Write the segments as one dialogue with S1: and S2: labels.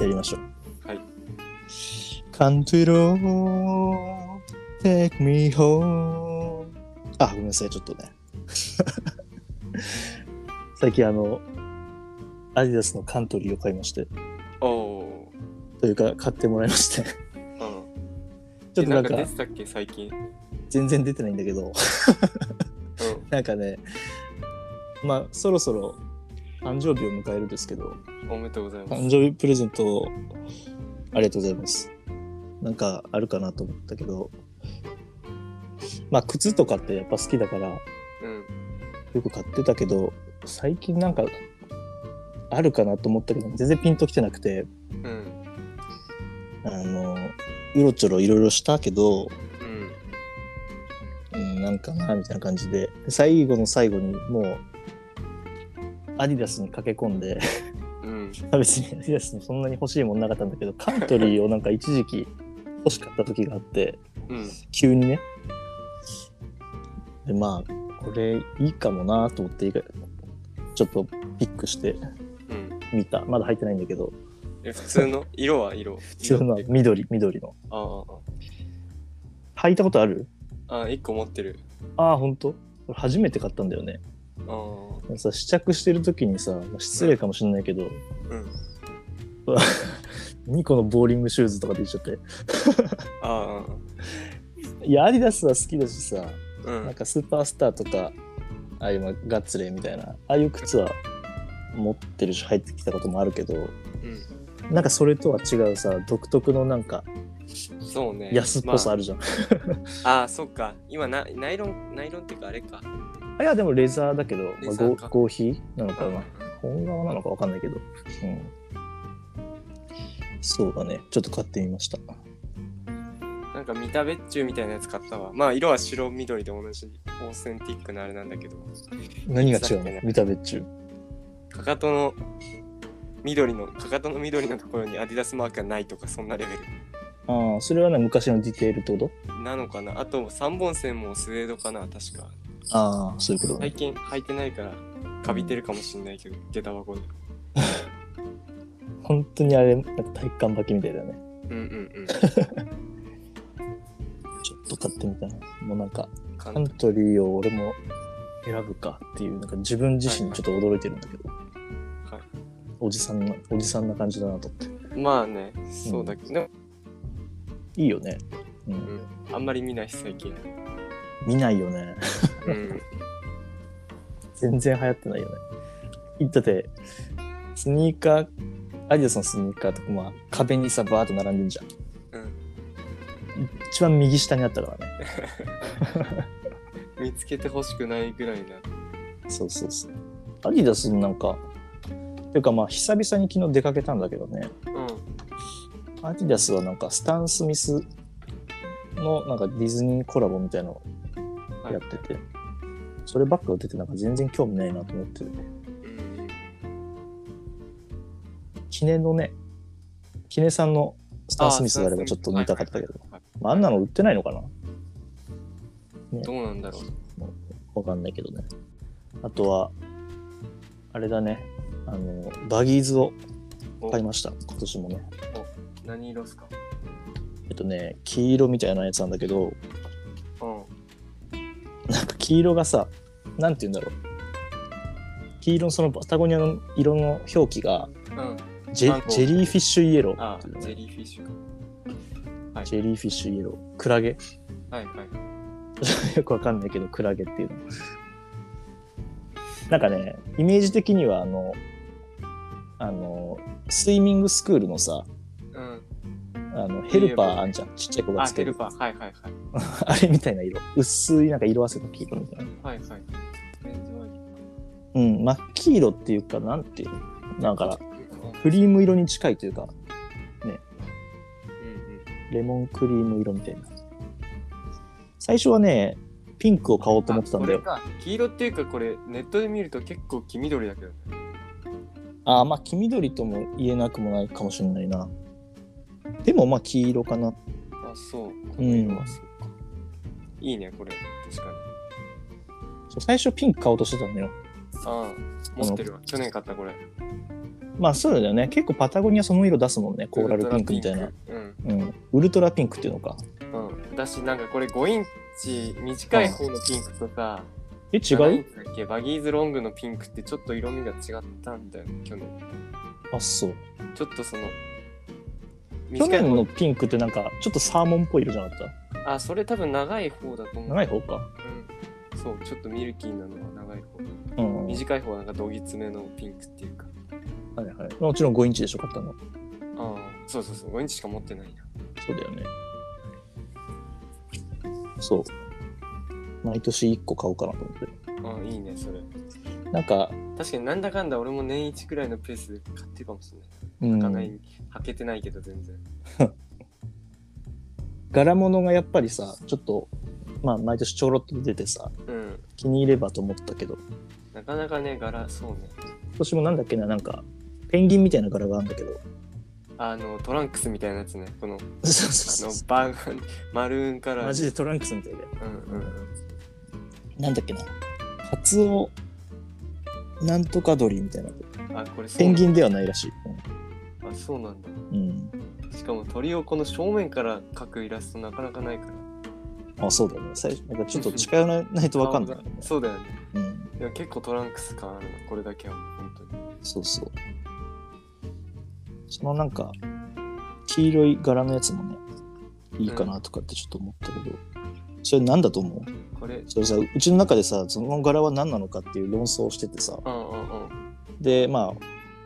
S1: やりましょう。
S2: はい。
S1: Country road, take me home. あ、ごめんなさい、ちょっとね。 最近あの、アディダスのカントリーを買いまして、
S2: おおー。
S1: というか買ってもらいまして、
S2: うん。
S1: ちょっと
S2: えな
S1: なんん
S2: か出
S1: か
S2: てたっけ最近。うん。
S1: 全然出てないんだけど、なんかね、まあそろそろ誕生日を迎えるんですけど、
S2: おめでとうございます。
S1: 誕生日プレゼントありがとうございます。なんかあるかなと思ったけど、まあ靴とかってやっぱ好きだからよ
S2: うん。
S1: く買ってたけど、最近なんかあるかなと思ったけど、全然ピンときてなくて、
S2: うん。
S1: あの、うろちょろいろいろしたけど、
S2: うん。
S1: うん、なんかな、みたいな感じで、で最後の最後にもう、アディダスに駆け込んで、
S2: うん。
S1: 別にアディダスもそんなに欲しいもんなかったんだけど、カントリーをなんか一時期欲しかった時があって、
S2: うん。
S1: 急にね。で、まあ、これいいかもなと思って、ちょっとピックして
S2: うん。
S1: みた。まだ入ってないんだけど、
S2: え、普通の色は色。普
S1: 普通の緑、緑の。
S2: あー
S1: 履いたことある
S2: あー。あー、一個持ってる。
S1: ああ、ほんと俺初めて買ったんだよね。
S2: ああ。う
S1: さ、試着してる時にさ、まあ失礼かもしんないけど、
S2: ん。
S1: 2個のボーリングシューズとか出ちゃって。
S2: ああ。
S1: いや、アディダスは好きだしさ、
S2: う
S1: なん
S2: ん。
S1: かスーパースターとか、ああいうまあガッツレーみたいな、ああいう靴は持ってるし、入ってきたこともあるけど、
S2: うん。
S1: なんかそれとは違うさ独特のなんか
S2: そうね。
S1: 安っぽさあ
S2: る。
S1: るじゃん、
S2: ああー、そっか。今な、ナイロン、ナイロンっていうかあれか。
S1: あいやでもレザーだけど、
S2: レ
S1: まあ、
S2: ザ
S1: 合
S2: ーか
S1: 合皮なのか
S2: うん
S1: な本革なのかわかんないけど、うん、そうだねちょっと買ってみました
S2: なんか見た別注みたいなやつ買ったわ。まあ色は白緑で同じオーセンティックなあれなんだけど、
S1: 何が違
S2: さ
S1: う
S2: っき
S1: の
S2: ね
S1: 見た別注
S2: かかとの緑の、かかとの緑のところにアディダスマークがないとかそんなレベ
S1: ああそれはね昔のディテールってこと
S2: ルなのかな。あと3本線もスウェードかな、確か。
S1: ああそういうことね、
S2: 最近履いてないから、かびてるかもしんないけど、下駄箱で。
S1: 本当にあれなんか体育館履きみたいだよね
S2: うんうん
S1: ちょっと買ってみたなもうなんか
S2: うん。か
S1: カントリーを俺も選ぶかっていうなんか自分自身にちょっと驚いてるんだけど、
S2: はい
S1: おじさんなおじさんな感じだなと思って
S2: まあね、そうだけど、でも
S1: いいよね、うん
S2: あんまり見ないし最近。
S1: 見ないよね
S2: うん。
S1: 全然流行ってないよねだってスニーカーアディダスのスニーカーとか、まあ、壁にさバーッと並んでんじゃん
S2: うん、
S1: 一番右下にあったからね
S2: 見つけてほしくないぐらいな。
S1: そうそうそうアディダスのなんかていうかまあ久々に昨日出かけたんだけどね
S2: うん。
S1: アディダスはなんかスタン・スミスのなんかディズニーコラボみたいなのをやってて、そればっか売っててなんか全然興味ないなと思ってる
S2: うん
S1: 記念のね記念さんのスタン・スミスであればちょっと見たかったけど、
S2: はいはいはい
S1: まあ、あんなの売ってないのかな
S2: どうなんだろう。
S1: わかんないけどねあとはあれだねあのバギーズを
S2: お
S1: 買いました今年もね
S2: 何色っすか
S1: えっとね黄色みたいなやつなんだけど
S2: うん。
S1: なんか黄色がさなんて言うんだろう黄色のそのパタゴニアの色の表記が
S2: うん。
S1: ジ
S2: あの
S1: ェジェリーフィッシュイエロー
S2: あ
S1: っていう、の
S2: ジェ
S1: ね
S2: リーフィッシュ
S1: ジェリーフィッシュイエロークラゲ
S2: か。はいはい。
S1: よくわかんないけどクラゲっていうのなんかねイメージ的にはあのあのスイミングスクールのさ
S2: う
S1: あのヘルパーあんじゃんちっちゃい子
S2: ん。
S1: が
S2: あ、
S1: つけ
S2: ヘル
S1: る
S2: パー。はいはいはい。
S1: あれみたいな色。薄いなんか色あせた黄色みたいな。
S2: はいはい。オレンジワイ
S1: うん、真っ黄色っていうか、なんていうのなんかな、
S2: ン
S1: クリーム色に近いというか、
S2: うんうん。
S1: レモンクリーム色みたいな。最初はね、ピンクを買おうと思ってたんだ
S2: あ
S1: よ。
S2: これか黄色っていうか、これ、ネットで見ると結構黄緑だけどね。
S1: ああ、まあ、黄緑とも言えなくもないかもしれないな。でも、まあ、黄色かな。
S2: あ、そう。この色はそうか。いいね、これ。確かに。
S1: そう最初ピンク買おうとしてたんだよ。
S2: ああ、持ってるわ。去年買ったこれ。
S1: まあそうだよね。結構パタゴニアその色出すもんね。コーラルピンクみたいな。
S2: うん
S1: うん。ウルトラピンクっていうのか。
S2: うんだしなんかこれ5インチ短い方のピンクとさ
S1: え、違
S2: 7イン
S1: う
S2: チだっけバギーズロングのピンクってちょっと色味が違ったんだよね去年
S1: あ、そう。
S2: ちょっとその
S1: 去
S2: 短い
S1: 年
S2: 方
S1: のピンクってなんか、ちょっとサーモンっぽい色じゃなかっ
S2: あそれ多分長い方だと
S1: た
S2: 思う
S1: 長い方か。
S2: うんそうちょっとミルキーなのは長い方
S1: うん。はい
S2: 短い方はなんかどぎつめのピンクっていうか
S1: はい。もちろん5インチでしょ、買ったの。
S2: ああそうそうそう5インチしか持ってないな
S1: そうだよね。そう。毎年1個買おうかなと思って。
S2: ああいいねそれ
S1: なんか、
S2: 確かになんだかんだ俺も年一くらいのペースで買ってるかもしれない
S1: うん
S2: かなり履けてないけど全然
S1: 柄物がやっぱりさ、ちょっと、まあ毎年ちょろっと出てさ、
S2: うん
S1: 気に入ればと思ったけど、
S2: なかなかね柄そうね
S1: 今年もなんだっけな、なんか、ペンギンみたいな柄があるんだけど、
S2: あのトランクスみたいなやつねこのあ
S1: そうそう
S2: の
S1: そう
S2: バー マルーンカラ ー
S1: マジでトランクスみたいで。
S2: うんうんうん
S1: なんだっけな、カツオ、なんとか鳥みたいな。
S2: あこれそう
S1: ペンギンではないらしい。
S2: あそうなんだ
S1: うん。
S2: しかも鳥をこの正面から描くイラストなかなかないから
S1: あ、そうだよね。最初、なんかちょっと近寄らないとわかんない、ね
S2: 顔。がそうだよね
S1: うん。
S2: でも結構トランクス感あるなこれだけは本当に
S1: そうそう。そのなんか、黄色い柄のやつもね、いいかなとかってちょっと思ったけど、それなんだと思う
S2: これ
S1: それさ、うちの中でさ、その柄は何なのかっていう論争をしててさ、
S2: うんうんうん
S1: で、まあ、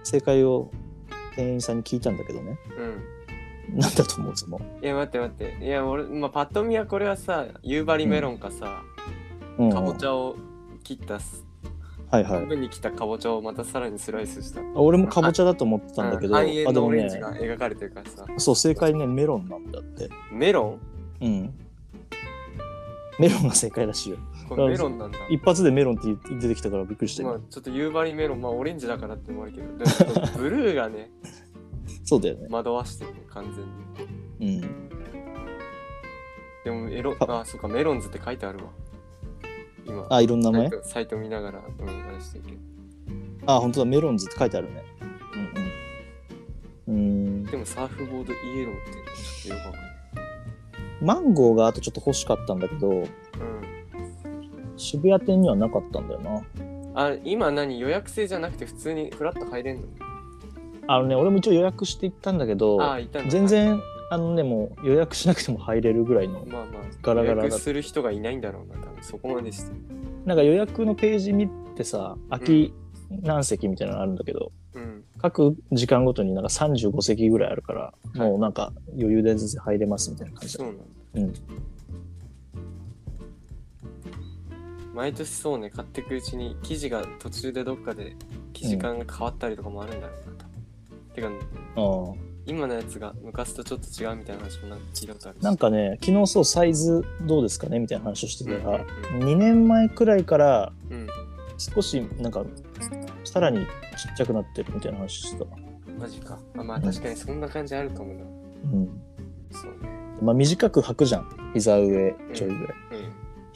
S1: 正解を店員さんに聞いたんだけどね、
S2: うん
S1: なんだと思うその、
S2: いや待って待っていや俺、まあ、パッと見はこれはさ夕張メロンかさ、
S1: うん、
S2: かぼち
S1: ゃ。
S2: ゃを切ったす
S1: はいはい
S2: 半。分に切ったかぼちゃをまたさらにスライスした
S1: あ俺もかぼちゃだと思ってたんだけど、
S2: う
S1: あ、
S2: ん半
S1: で
S2: 円のオ
S1: も
S2: レン
S1: ね
S2: ジ、が描かれてるからさ
S1: そう、正解ね、メロンなんだって。
S2: メロ
S1: うん。メロンが正解らしいよ。
S2: ンこれメロンなんだ
S1: 一発でメロンって言出てきたからびっくりして、
S2: まあちょっと夕張メロンまあオレンジだからってのもあるけどでもちょっとブルーがね
S1: そうだよね。
S2: 惑わしてるね完全に
S1: うん。
S2: でもエロあそうかメロンズって書いてあるわ今
S1: あ、いろんな名
S2: サ
S1: 前
S2: イトサイト見ながら、うん、話してるけど
S1: あ、本当だ、メロンズって書いてあるね。うんうん。うーん
S2: でもサーフボードイエローってちょっとよくわかんない
S1: マンゴーがあとちょっと欲しかったんだけど、渋谷店にはなかったんだよな。
S2: うんあ今何予約制じゃなくて普通にフラッと入れんの
S1: あのね、俺も一応予約して行ったんだけど、
S2: ああいたんだ
S1: 全然、あのね、もう予約しなくても入れるぐらいの。
S2: まあまあ
S1: ガラガラだ
S2: 予約する人がいないんだろうな多分そこまでして
S1: なんか予約のページ見てさ、空き何席みたいなのあるんだけど、
S2: うん
S1: 各時間ごとになんか35席ぐらいあるから、もうなんか余裕で全然入れますみたいな感じ
S2: そ
S1: だ
S2: うなんだ毎年そうね買ってくうちに生地が途中でどっかで生地感が変わったりとかもあるんだろうなと、てか
S1: うん
S2: 今のやつが昔とちょっと違うみたいな話もなんか聞いたことあるし
S1: なんかね、昨日そう、サイズどうですかねみたいな話をして
S2: うんう
S1: た
S2: ん
S1: ら、2年前くらいから
S2: うん
S1: 少しなんか、さらにちっちゃくなってるみたいな話してた。
S2: うんマジかあまあ確かにそんな感じあるかもな
S1: うん。
S2: そうね
S1: まあ短く履くじゃん。膝上ちょいぐらい。
S2: うん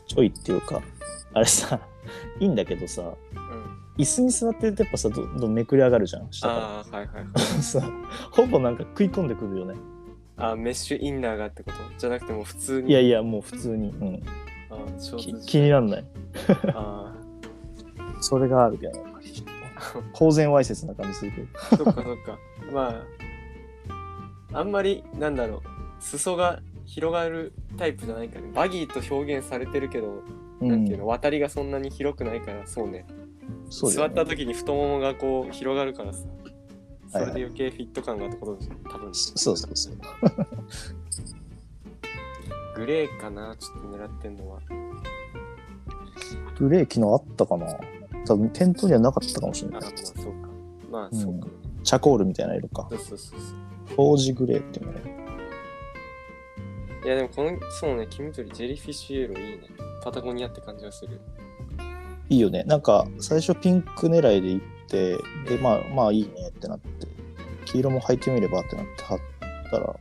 S1: ちょいっていうか、あれさ、いいんだけどさ、
S2: うん
S1: 椅子に座ってるとやっぱさ、どんどんめくり上がるじゃん、下か
S2: ああはいはいはい
S1: ら。さ、 ほぼなんか食い込んでくるよね。
S2: あメッシュインナーがってことじゃなくてもう普通に
S1: いやいや、もう普通に。うん。
S2: あーショ
S1: き
S2: ーツ
S1: 気になんない。
S2: あ
S1: それがあるけど、 やっぱりちょっと公然わいせつな感じするけど。
S2: ーそっかそっかまああんまりなんだろう裾が広がるタイプじゃないから、ね、バギーと表現されてるけど、
S1: う
S2: なん
S1: ん
S2: ていうの渡りがそんなに広くないからそうね
S1: そうだ
S2: 座
S1: よね
S2: った時に太ももがこう広がるからさそ
S1: はいはい
S2: れで余計フィット感がってことでしょ多分
S1: そうそうそう。
S2: グレーかなちょっと狙ってんのは
S1: ブレーキのあったかな多分店頭にはなかったかもしれな
S2: あま
S1: い
S2: あ。そうかま
S1: う
S2: あ
S1: ん
S2: そうか、
S1: チャコールみたいな色か。
S2: そうそうそうそう
S1: 当時グレーっていうのがね。
S2: いやでもこのそうね黄緑ジェリーフィッシュイエローいいねパタゴニアって感じがする
S1: いいよね。なんか、最初ピンク狙いで行って、で、まあ、まあいいねってなって、黄色も履いてみればってなって貼ったら、ま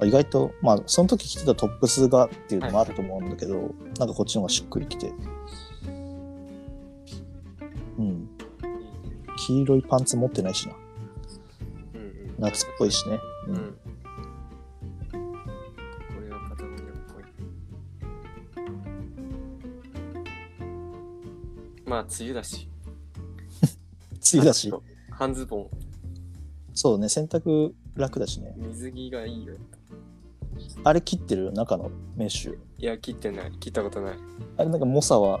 S1: あ意外と、まあ、その時着てたトップスがっていうのもあると思うんだけど、なんかこっちの方がしっくりきて。うん。
S2: いいね
S1: 黄色いパンツ持ってないしな。夏っぽいしね。う
S2: うんん。これがパタゴニアっぽい。まあ、梅雨だし。
S1: 梅雨だし
S2: ちょ、っと半ズボン、
S1: そうね、洗濯楽だしね。
S2: 水着がいいよ。
S1: あれ切ってる中のメッシュ。
S2: いや、切ってない。切ったことない。
S1: あれなんかモサは、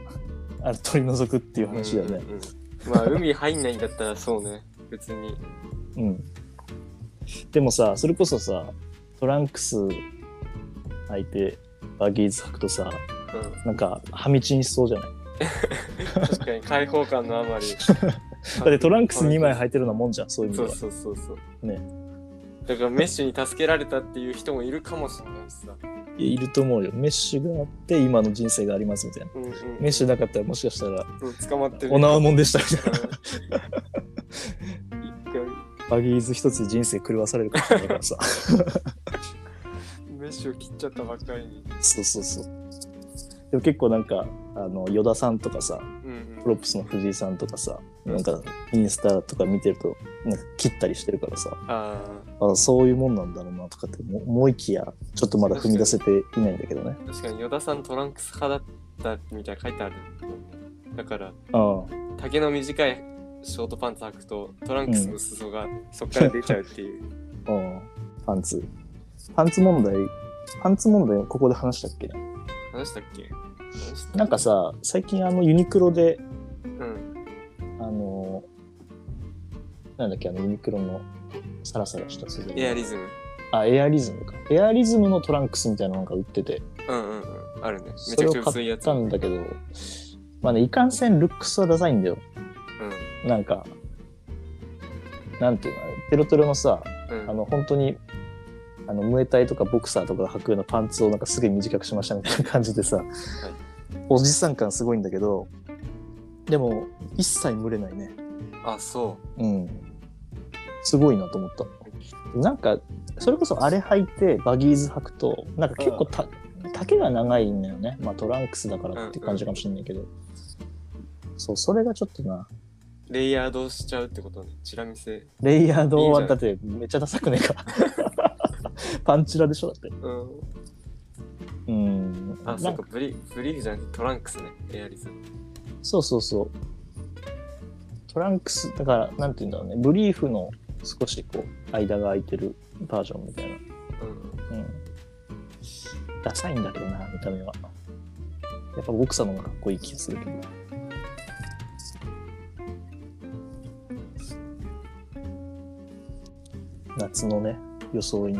S1: あれ取り除くっていう話だよ
S2: う
S1: ね
S2: ん。うんうんまあ、海入んないんだったらそうね。別に。
S1: うん。でもさ、それこそさ、トランクス履いて、バギーズ履くとさ、
S2: うん。
S1: なんか、はみちにしそうじゃない
S2: 確かに開放感のあまり。
S1: だってトランクス2枚履いてるのもんじゃん、そういう意味
S2: そ
S1: で
S2: う
S1: は。
S2: そうそうそう。
S1: ね。
S2: だからメッシュに助けられたっていう人もいるかもしれないしさ。
S1: いると思うよ。メッシュがあって、今の人生がありますみたいな。
S2: うんうん。
S1: メッシュなかったら、もしかしたら、
S2: うん捕まってる。
S1: お縄もんでしたみたいな。
S2: うん一回
S1: バギーズ一つで人生狂わされるかもしれないからさ。
S2: メッシュを切っちゃったばっかりに。
S1: そうそうそう。でも結構なんか、あの、ヨダさんとかさ、
S2: うん
S1: プロップスの藤井さんとかさ、なんか、インスタとか見てると、なんか切ったりしてるからさ、
S2: あ
S1: あそういうもんなんだろうなとかって思思いきや、ちょっとまだ踏み出せていないんだけどね
S2: あ。、確かに依田さんトランクス派だったみたいな書いてある。だから、
S1: あ
S2: 丈の短いショートパンツ履くと、トランクスの裾がそっから出ちゃうっ ていう。
S1: あ、うん。パンツ。パンツ問題、パンツ問題、ここで話したっけ
S2: 話したっけ話した
S1: なんかさ、最近あの、ユニクロで、
S2: うん。
S1: あのーなんだっけ、あの、ユニクロのサラサラした素材。
S2: エアリズム。
S1: あ、エアリズムか。エアリズムのトランクスみたいなのが売ってて、
S2: うんうんうん。あるね。め
S1: そ
S2: ちゃ
S1: れ
S2: く
S1: を
S2: ちゃ薄い
S1: 買
S2: や
S1: っ
S2: つ。
S1: たんだけど、まあね、いかんせんルックスはダサいんだよ。
S2: う
S1: なんか、なんていうの、テロテロのさ、
S2: ん。うん。
S1: あの、本当に、あの、ムエタイとかボクサーとかが履くようなパンツをなんかすげえ短くしましたみたいな感じでさ、おじさん感すごいんだけど、でも、一切蒸れないね。
S2: あ、そ
S1: うん。すごいなと思った。なんか、それこそあれ履いて、バギーズ履くと、なんか結構た、丈が長いんだよね。まあトランクスだからって感じかもしれないけど。そう、それがちょっとな、
S2: う。レイヤードしちゃうってことね。チラ見せ。
S1: レイヤード
S2: いい
S1: は
S2: じゃ
S1: だ
S2: ん
S1: ってめっちゃダサくねえ か。パンチラでしょだって。
S2: うん。
S1: うん。
S2: あ、
S1: な
S2: そ
S1: ん
S2: っか、ブリブリーフじゃなくてトランクスね。エアリズム。
S1: そうそうそう。トランクス、だから、なんて言うんだろうね。ブリーフの少しこう、間が空いてるバージョンみたいな。
S2: うん。
S1: うん。ダサいんだけどな、見た目は。やっぱボクサーの方がかっこいい気がするけど。夏のね、装いに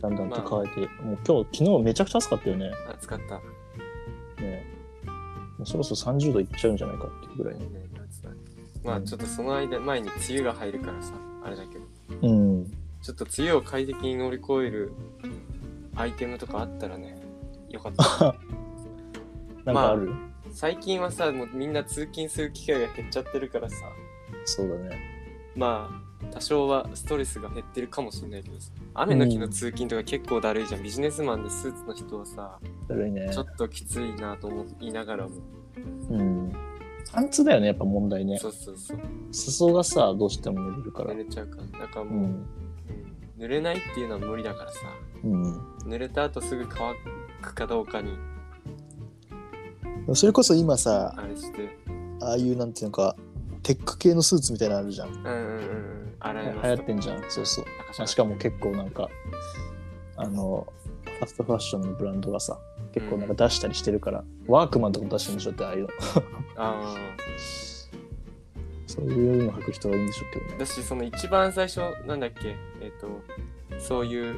S1: だんだんと変えて、もう今日、昨日めちゃくちゃ暑かったよね。
S2: あ、使った。
S1: ねもうそろそろ30度いっちゃうんじゃないかっていうぐらいね。
S2: まあちょっとその間前に梅雨が入るからさあれだけど
S1: うん。
S2: ちょっと梅雨を快適に乗り越えるアイテムとかあったらねよかった
S1: なんかある、
S2: 最近はさもうみんな通勤する機会が減っちゃってるからさ
S1: そうだね。
S2: まあ多少はストレスが減ってるかもしれないけどさ雨の日の通勤とか結構だるいじゃん、ビジネスマンでスーツの人はさ
S1: だるいね
S2: ちょ。っときついなと思いながらも、
S1: うん。パンツだよね、やっぱ問題ね
S2: そ。うそうそう
S1: 裾がさ、どうしても濡れるから
S2: 濡。れちゃうからなんか
S1: う
S2: もう、
S1: ん。
S2: うん濡れないっていうのは無理だからさ
S1: う
S2: 濡れた後すぐ乾くかどうかに
S1: ん、それこそ今さ
S2: あれして、
S1: ああいうなんていうのかテック系のスーツみたいなのあるじゃん
S2: うんうんうん、洗え
S1: 流
S2: ます
S1: 行ってんじゃんそうそうあしかも結構なんかあのファストファッションのブランドがさ結構なんか出したりしてるから、ワークマンとかも出してるんでしょってああいうの
S2: あ
S1: そういうの履く人がいいんでしょうけど
S2: あ
S1: ね
S2: だしその一番最初なんだっけえっ、とそういう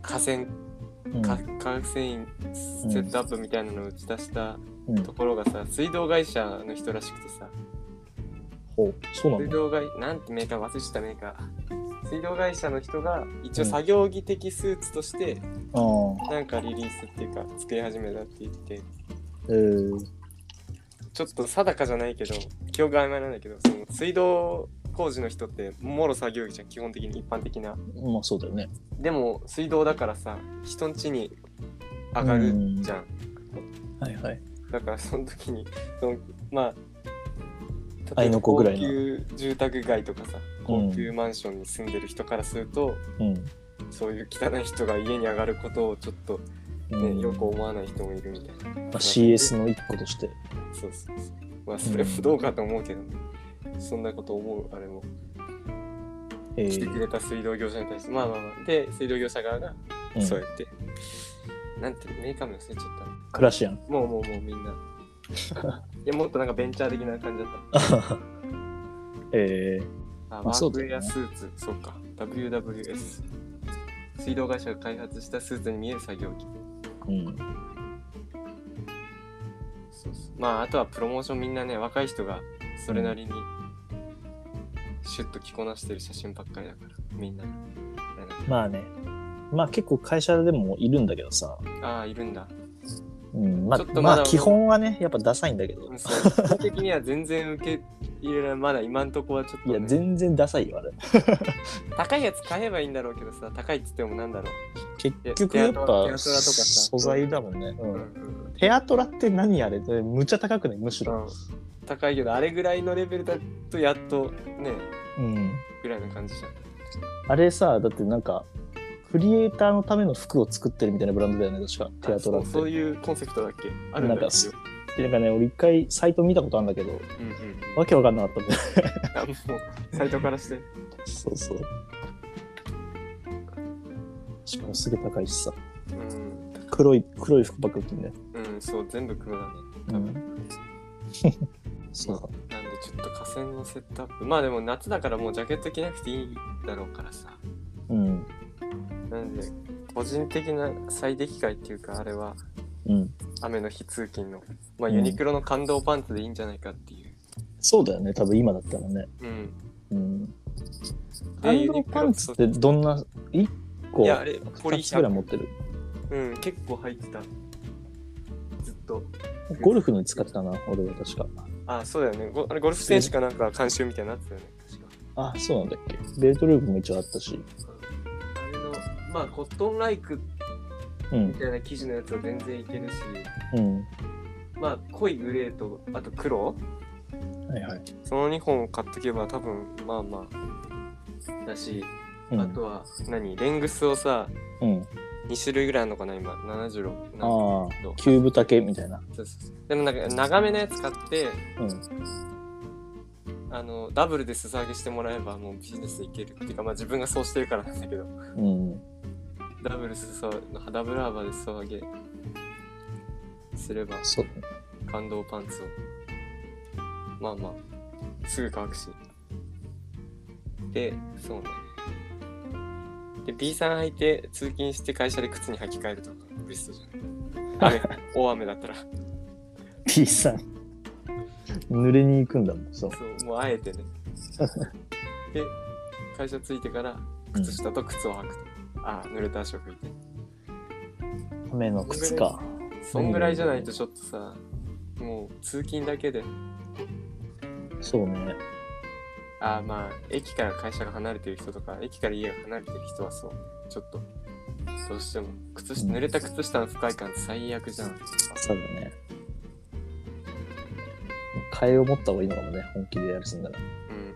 S2: 河川か河川セットアップみたいなのを打ち出した
S1: うん、うん
S2: と、ころがさ水道会社の人らしくてさ
S1: ほうそうなん
S2: 水
S1: だ
S2: 道会なんてメーカー忘れてたメーカー水道会社の人が一応作業着的スーツとして
S1: ああ
S2: なんかリリースっていうか作り始めたって言って
S1: えー、
S2: ちょっと定かじゃないけど記憶が曖昧なんだけどその水道工事の人ってもろ作業着じゃん基本的に一般的な
S1: まあそうだよね
S2: でも水道だからさ人ん家に上がるじゃん
S1: はいはい
S2: だからその時にそのまあ
S1: あいの子ぐらい
S2: 高
S1: な
S2: 級住宅街とかさ高級マンションに住んでる人からすると、
S1: うん
S2: そういう汚い人が家に上がることをちょっと、
S1: う
S2: ね
S1: ん
S2: よく思わない人もいるみたいな
S1: まあ CS の一個として
S2: そうそうそうまあそれもどうかと思うけどね、そんなこと思うあれも
S1: え
S2: 来てく
S1: ー
S2: れた水道業者に対してまあまあまあで水道業者側が
S1: うん
S2: そうやって、なんてメーカー名忘れちゃった
S1: クラシアン
S2: もうもうもうみ んないやもっとなんかベンチャー的な感じだっ
S1: え
S2: たあ
S1: ま
S2: ワ
S1: あそう
S2: ー
S1: だ
S2: ク
S1: よね
S2: ウェアスーツそう,、か WWS 水道会社が開発したスーツに見える作業着
S1: ーうん
S2: そうそうまああとはプロモーションみんなね若い人がそれなりにシュッと着こなしてる写真ばっかりだからみんな
S1: まあねまあ結構会社でもいるんだけどさ、
S2: ああいるんだ
S1: うんまあ
S2: ちょっとま
S1: ま
S2: だ
S1: あ基本はねやっぱダサいんだけど
S2: うんそう基本的には全然受け入れられないまだ今んとこはちょっと、
S1: いや
S2: ね、
S1: 全然ダサいよあれ
S2: 高いやつ買えばいいんだろうけどさ高いっつってもなんだろ
S1: 結局やっ
S2: テアトラテアトラと
S1: ぱ
S2: かさ
S1: 素材だもんね、
S2: う、
S1: う、
S2: うんん
S1: テアトラって何あれむちゃ高くないむしろ、
S2: 高いけどあれぐらいのレベルだとやっとね
S1: うん、
S2: ぐらいの感じじゃん
S1: あれさだってなんかクリエイターのための服を作ってるみたいなブランドだよね確かテアトラ
S2: あ
S1: っ
S2: そう
S1: て
S2: そういうコンセプトだっけあるんだ
S1: なんか
S2: 一応
S1: でなんかね俺一回サイト見たことあるんだけど
S2: うんうん
S1: わけわかんなかったんだよ
S2: あもうサイトからして
S1: そうそうしかもすげえ高いしさ
S2: うん
S1: 黒い黒い服ばっか売ってんだよ、
S2: うんそう全部黒だね
S1: う、
S2: うん
S1: そうだ
S2: なんでちょっと河川のセットアップまあでも夏だからもうジャケット着なくていいだろうからさ
S1: うん
S2: なんで個人的な最適解っていうかあれは
S1: うん
S2: 雨の日通勤の、まあ、
S1: うん
S2: ユニクロの感動パンツでいいんじゃないかっていう。
S1: そうだよね多分今だったらね
S2: うん。
S1: うんハ
S2: で
S1: ンドルパンツってどんな1個
S2: いやあれポリ
S1: 2つぐらい持ってる
S2: うん、結構入ってた。ずっと。
S1: ゴルフのに使ってたな俺は確か
S2: あ、そうだよね。ゴあれゴルフ選手かなんか監修みたいになってたよね。確か
S1: あそうなんだっけベルトループも一応あったし
S2: あれの、まあ、コットンライク
S1: う
S2: み
S1: ん
S2: たいな生地のやつは全然いけるし、
S1: うん
S2: まあ、濃いグレーと、あと黒
S1: はいはい、
S2: その2本を買っとけば多分、まあまあ、だし、
S1: うん、
S2: あとは、何レングスをさ、
S1: うん
S2: 2種類ぐらいあるのかな、今。76。なん
S1: あ
S2: か
S1: あ
S2: どう
S1: キューブ丈みたいな
S2: そうそうそうでもなんか長めのやつ買って
S1: うん
S2: あのダブルで裾上げしてもらえばもうビジネスいけるっていうかまあ自分がそうしてるからなんだけど
S1: うん
S2: ダブル裾ダブル幅で裾上げすれば
S1: そう
S2: 感動パンツをまあまあすぐ乾くしでそうねで B さん履いて通勤して会社で靴に履き替えるとかベストじゃない雨大雨だったら
S1: P さん濡れに行くんだもんそう
S2: そうもうあえてねで会社着いてから靴下と靴を履くと、ああ濡れた足を拭いて
S1: 雨の靴か
S2: そんぐらいじゃないとちょっとさもう通勤だけで
S1: そうね
S2: ああまあ駅から会社が離れてる人とか駅から家が離れてる人はそうちょっとどうしても靴下
S1: うん
S2: 濡れた靴下の不快感って最悪じゃん
S1: そうだね替えを持った方がいいのかもね本気でやるすんだら
S2: うん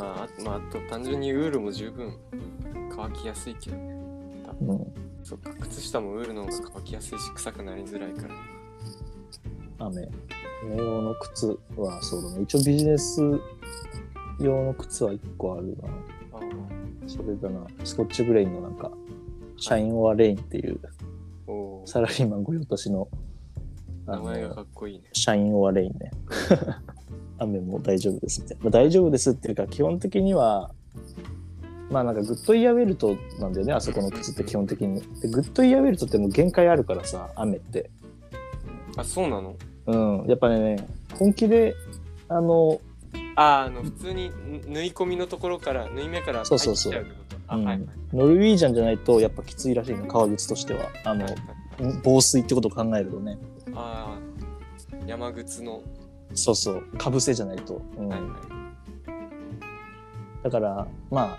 S2: うんうんまああまああと単純にウールも十分乾きやすいけどね
S1: うん
S2: そっか靴下もウールの方が乾きやすいし臭くなりづらいから
S1: 雨雨用の靴はそうだね一応ビジネス用の靴は1個あるな
S2: ああ
S1: それだな、スコッチグレインのなんか、シャイン・オア・レインっていう、
S2: おー
S1: サラリーマン御用達の、あ
S2: 名前が
S1: の
S2: か、っこいいね
S1: シャイン・オア・レインね。 雨も大丈夫ですみたいな。まあ、大丈夫ですっていうか、基本的には、まあなんか、グッドイヤーウェルトなんだよね、あそこの靴って基本的に。でグッドイヤーウェルトってもう限界あるからさ、雨って。
S2: あそうなの
S1: うん、やっぱね、本気で、あの、
S2: ああの普通にぬ縫い込みのところから縫い目から
S1: そうそうそう
S2: 入ってきちゃってことあ、
S1: うん
S2: はいはい
S1: ノルウィージャンじゃないと、やっぱきついらしいの、革靴としては。あの
S2: はい、
S1: 防水ってことを考えるとね。
S2: あー山靴の、
S1: そうそう、かぶせじゃないと。うん
S2: はいはい
S1: だから、まあ、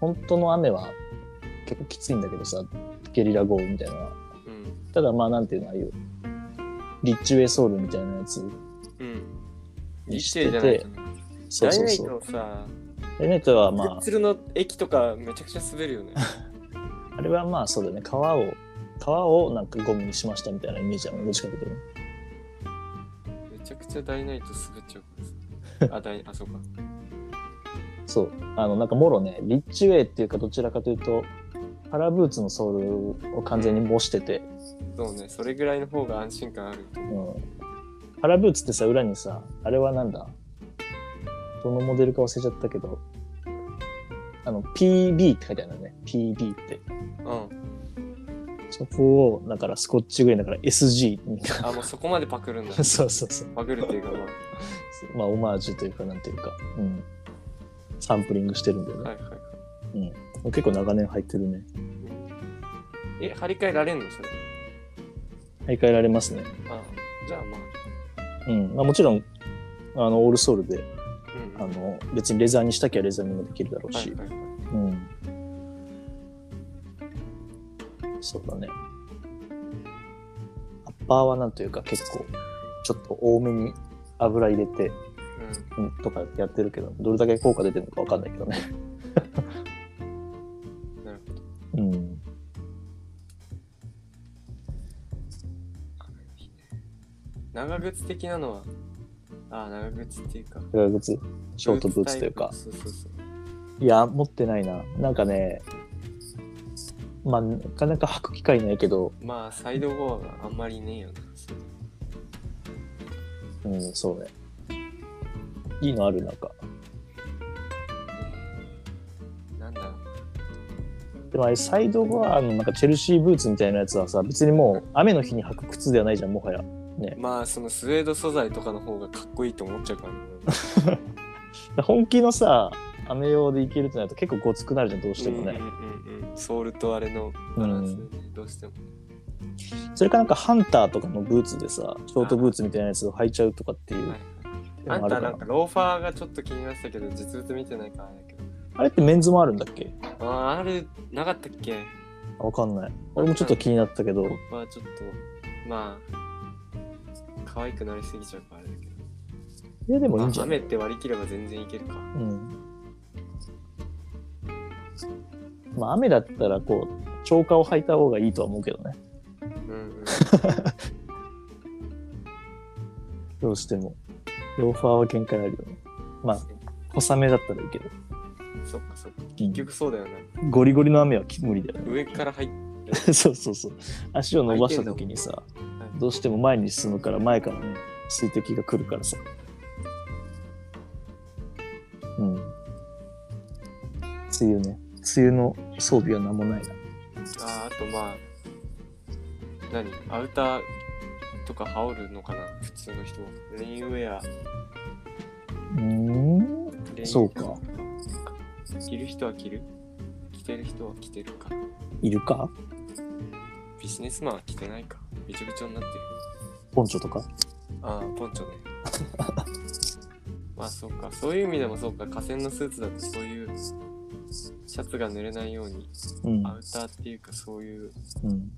S1: 本当の雨は結構きついんだけどさ、ゲリラ豪雨みたいなのは。
S2: うん
S1: ただまあ、なんていうの、ああいう、リッチウェイソールみたいなやつ
S2: うん一世じゃないとね。
S1: そう
S2: ダイ
S1: そう
S2: ナイ
S1: そ
S2: ト
S1: う。
S2: のさ、
S1: ダイナイトは
S2: ツ
S1: ま
S2: ル
S1: あ
S2: ッ、ツルの駅とかめちゃくちゃ滑るよね。
S1: あれはまあそうだね、皮を、皮をなんかゴムにしましたみたいなイメージだね、どっちかというとね。
S2: めちゃくちゃダイナイト滑っちゃうからさ。あ、ダイあ、そうか。
S1: そう。あの、なんかもろね、リッチウェイっていうかどちらかというと、パラブーツのソールを完全に模してて、
S2: そうね、それぐらいの方が安心感あると思う。
S1: うん。パラブーツってさ、裏にさ、あれはなんだどのモデルか忘れちゃったけど、あの、PB って書いてあるんだよね。PB って。
S2: うん。
S1: そこを、だからスコッチグレーだから SG みたい
S2: あ、もうそこまでパクるんだ
S1: な。。そうそうそう。
S2: パクるっていうか、ま
S1: まあ、オマージュというか、なんていうか、うん。サンプリングしてるんだよね
S2: あ、。はいはいは
S1: うん、結構長年入ってるね。
S2: い。え、張り替えられんのそれ。
S1: 入り替えられますね。
S2: あ、じゃあまあ。
S1: うん。まあ、もちろん、あの、オールソールで、
S2: うん。
S1: あの、別にレザーにしたきゃレザーにもできるだろう
S2: はい
S1: し。
S2: はいはい。
S1: うん。そうだね。アッパーはなんというか結構、ちょっと多めに油入れて、うんとかやってるけど、どれだけ効果出てるのかわかんないけどね。
S2: うん。 なるほど。
S1: うん。
S2: 長靴的なのは、あ、長靴っていうか。
S1: 長靴、ショートブーツというか
S2: タイ。プそうそうそう。
S1: いや、持ってないな。なんかね、まあ、なかなか履く機会ないけど、
S2: まあ、サイドゴアがあんまりねえよな。そう
S1: うん、そうね。いいのある、なんか。
S2: なんだろう。
S1: でもあれ、サイドゴアのなんかチェルシーブーツみたいなやつはさ、別にもう雨の日に履く靴ではないじゃん、もはや。
S2: まあ、そのスウェード素材とかの方がかっこいいと思っちゃうからね。
S1: 本気のさ、雨用でいけるとなると結構ごつくなるじゃん、どうしても
S2: う
S1: ね
S2: ん。うんうんうん。ソールとあれのバランスでね、どうしても。
S1: それかなんかハンターとかのブーツでさ、ショートブーツみたいなやつを履いちゃうとかっていう
S2: はいはい。
S1: の
S2: あ
S1: も
S2: ん
S1: ある
S2: た
S1: か
S2: な
S1: ら
S2: んかローファーがちょっと気になってたけど、実物見てないからあれだけど。
S1: あれってメンズもあるんだっけ
S2: ああ、あれ、なかったっけ
S1: あわかんない。俺もちょっと気になったけど
S2: ロ、ーファーちょっと、まあ、可愛くなりすぎちゃうからあれだけど。
S1: いやでもいいんじ
S2: まあ
S1: ゃな
S2: 雨っ
S1: い
S2: て割り切れば全然いけるか。
S1: うん。まあ雨だったらこう、超過を履いた方がいいとは思うけどね。
S2: うんうん。
S1: どうしても。ローファーは限界あるよね。 まあ、小雨だったらいいけど。
S2: そっかそっか。結局そうだよね。
S1: ゴリゴリの雨はき無理だよね。
S2: 上から入っ
S1: そうそうそう。足を伸ばした時にさ、どうしても前に進むから、前からね、水滴が来るからさ。うん。梅雨ね。梅雨の装備は何もないな。
S2: あーあとまあ何アウターとか羽織るのかな普通の人はレインウェア
S1: うーん。
S2: レイン
S1: そうか
S2: 着る人は着る着てる人は着てるか
S1: いるか
S2: ビジネスマンは着てないかびちょびちょになってる
S1: ポンチョとか
S2: ああポンチョね まあそうかそういう意味でもそうか河川のスーツだとそういうシャツが濡れないように
S1: うん
S2: アウターっていうかそういう
S1: うん。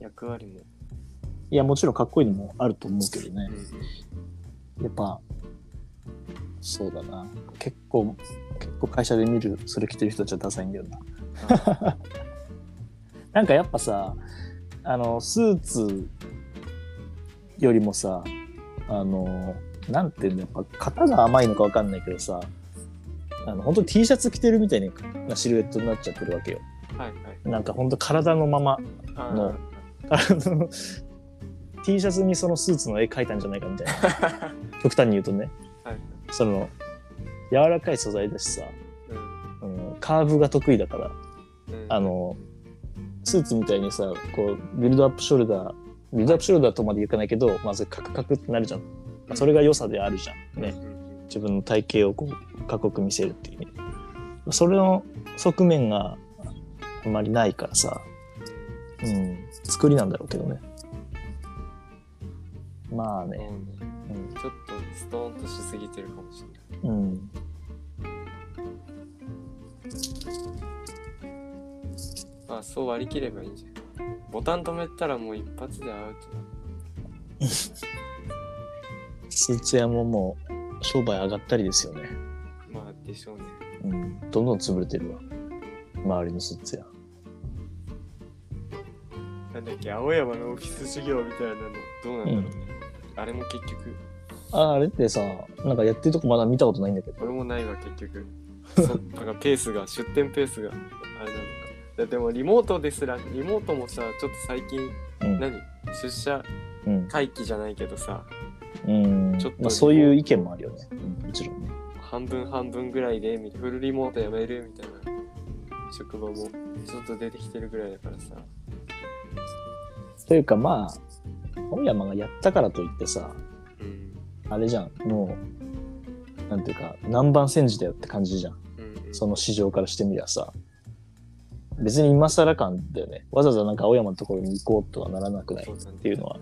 S2: 役割も、
S1: いや、もちろんかっこいいのもあると思うけどね
S2: う。ん
S1: やっぱ、そうだな。結構、結構会社で見る、それ着てる人たちはダサいんだよな。 なんかやっぱさ、あの、スーツよりもさ、あの、なんていうの、やっぱ型が甘いのかわかんないけどさ、あの、本当に T シャツ着てるみたいなシルエットになっちゃってるわけよ。
S2: はいはい
S1: なんか本当体のまま
S2: あー
S1: のあの T シャツにそのスーツの絵描いたんじゃないかみたい な極端に言うとね
S2: はい
S1: その柔らかい素材だしさ、
S2: うん
S1: うん、カーブが得意だから
S2: うん
S1: あのスーツみたいにさこうビルドアップショルダービルドアップショルダーとまでいかないけどまずカクカクってなるじゃん、まあそれが良さであるじゃんね
S2: うんうん
S1: 自分の体型をこうかっこよく見せるっていう意味でそれの側面があんまりないからさ、うん、作りなんだろうけどねまあ
S2: うん
S1: ね、うん
S2: ちょっとストーンとしすぎてるかもしれない。
S1: うん。
S2: まあそう割り切ればいいんじゃん。ボタン止めたらもう一発でアウトだ。
S1: スーツ屋ももう商売上がったりですよね。
S2: まあでしょうね。
S1: うん。どんどん潰れてるわ。周りのスーツ屋。
S2: なんだっけ、青山のオフィス修行みたいなの、どうなんだろうね。あれも結局、
S1: ああれってさ、なんかやってるとこまだ見たことないんだけど。
S2: 俺もないわ、結局。そなんかペースが、出店ペースが、あれなのか。だでもリモートですら、リモートもさ、ちょっと最近、
S1: うん。
S2: 何出社
S1: うん。
S2: 回帰じゃないけどさ、
S1: うん
S2: ちょっと
S1: まあ、そういう意見もあるよね。うん、もちろんね。
S2: 半分半分ぐらいで、みフルリモートやめるみたいな職場もちょっと出てきてるぐらいだからさ。
S1: というかまあ、青山がやったからといってさ、
S2: うん。
S1: あれじゃん、もう、なんていうか、南蛮戦時だよって感じじゃん。
S2: うん、
S1: その市場からしてみりゃさ。別に今更感だよね。わざわざなんか青山のところに行こうとはならなくない
S2: そうだね
S1: っていうのは。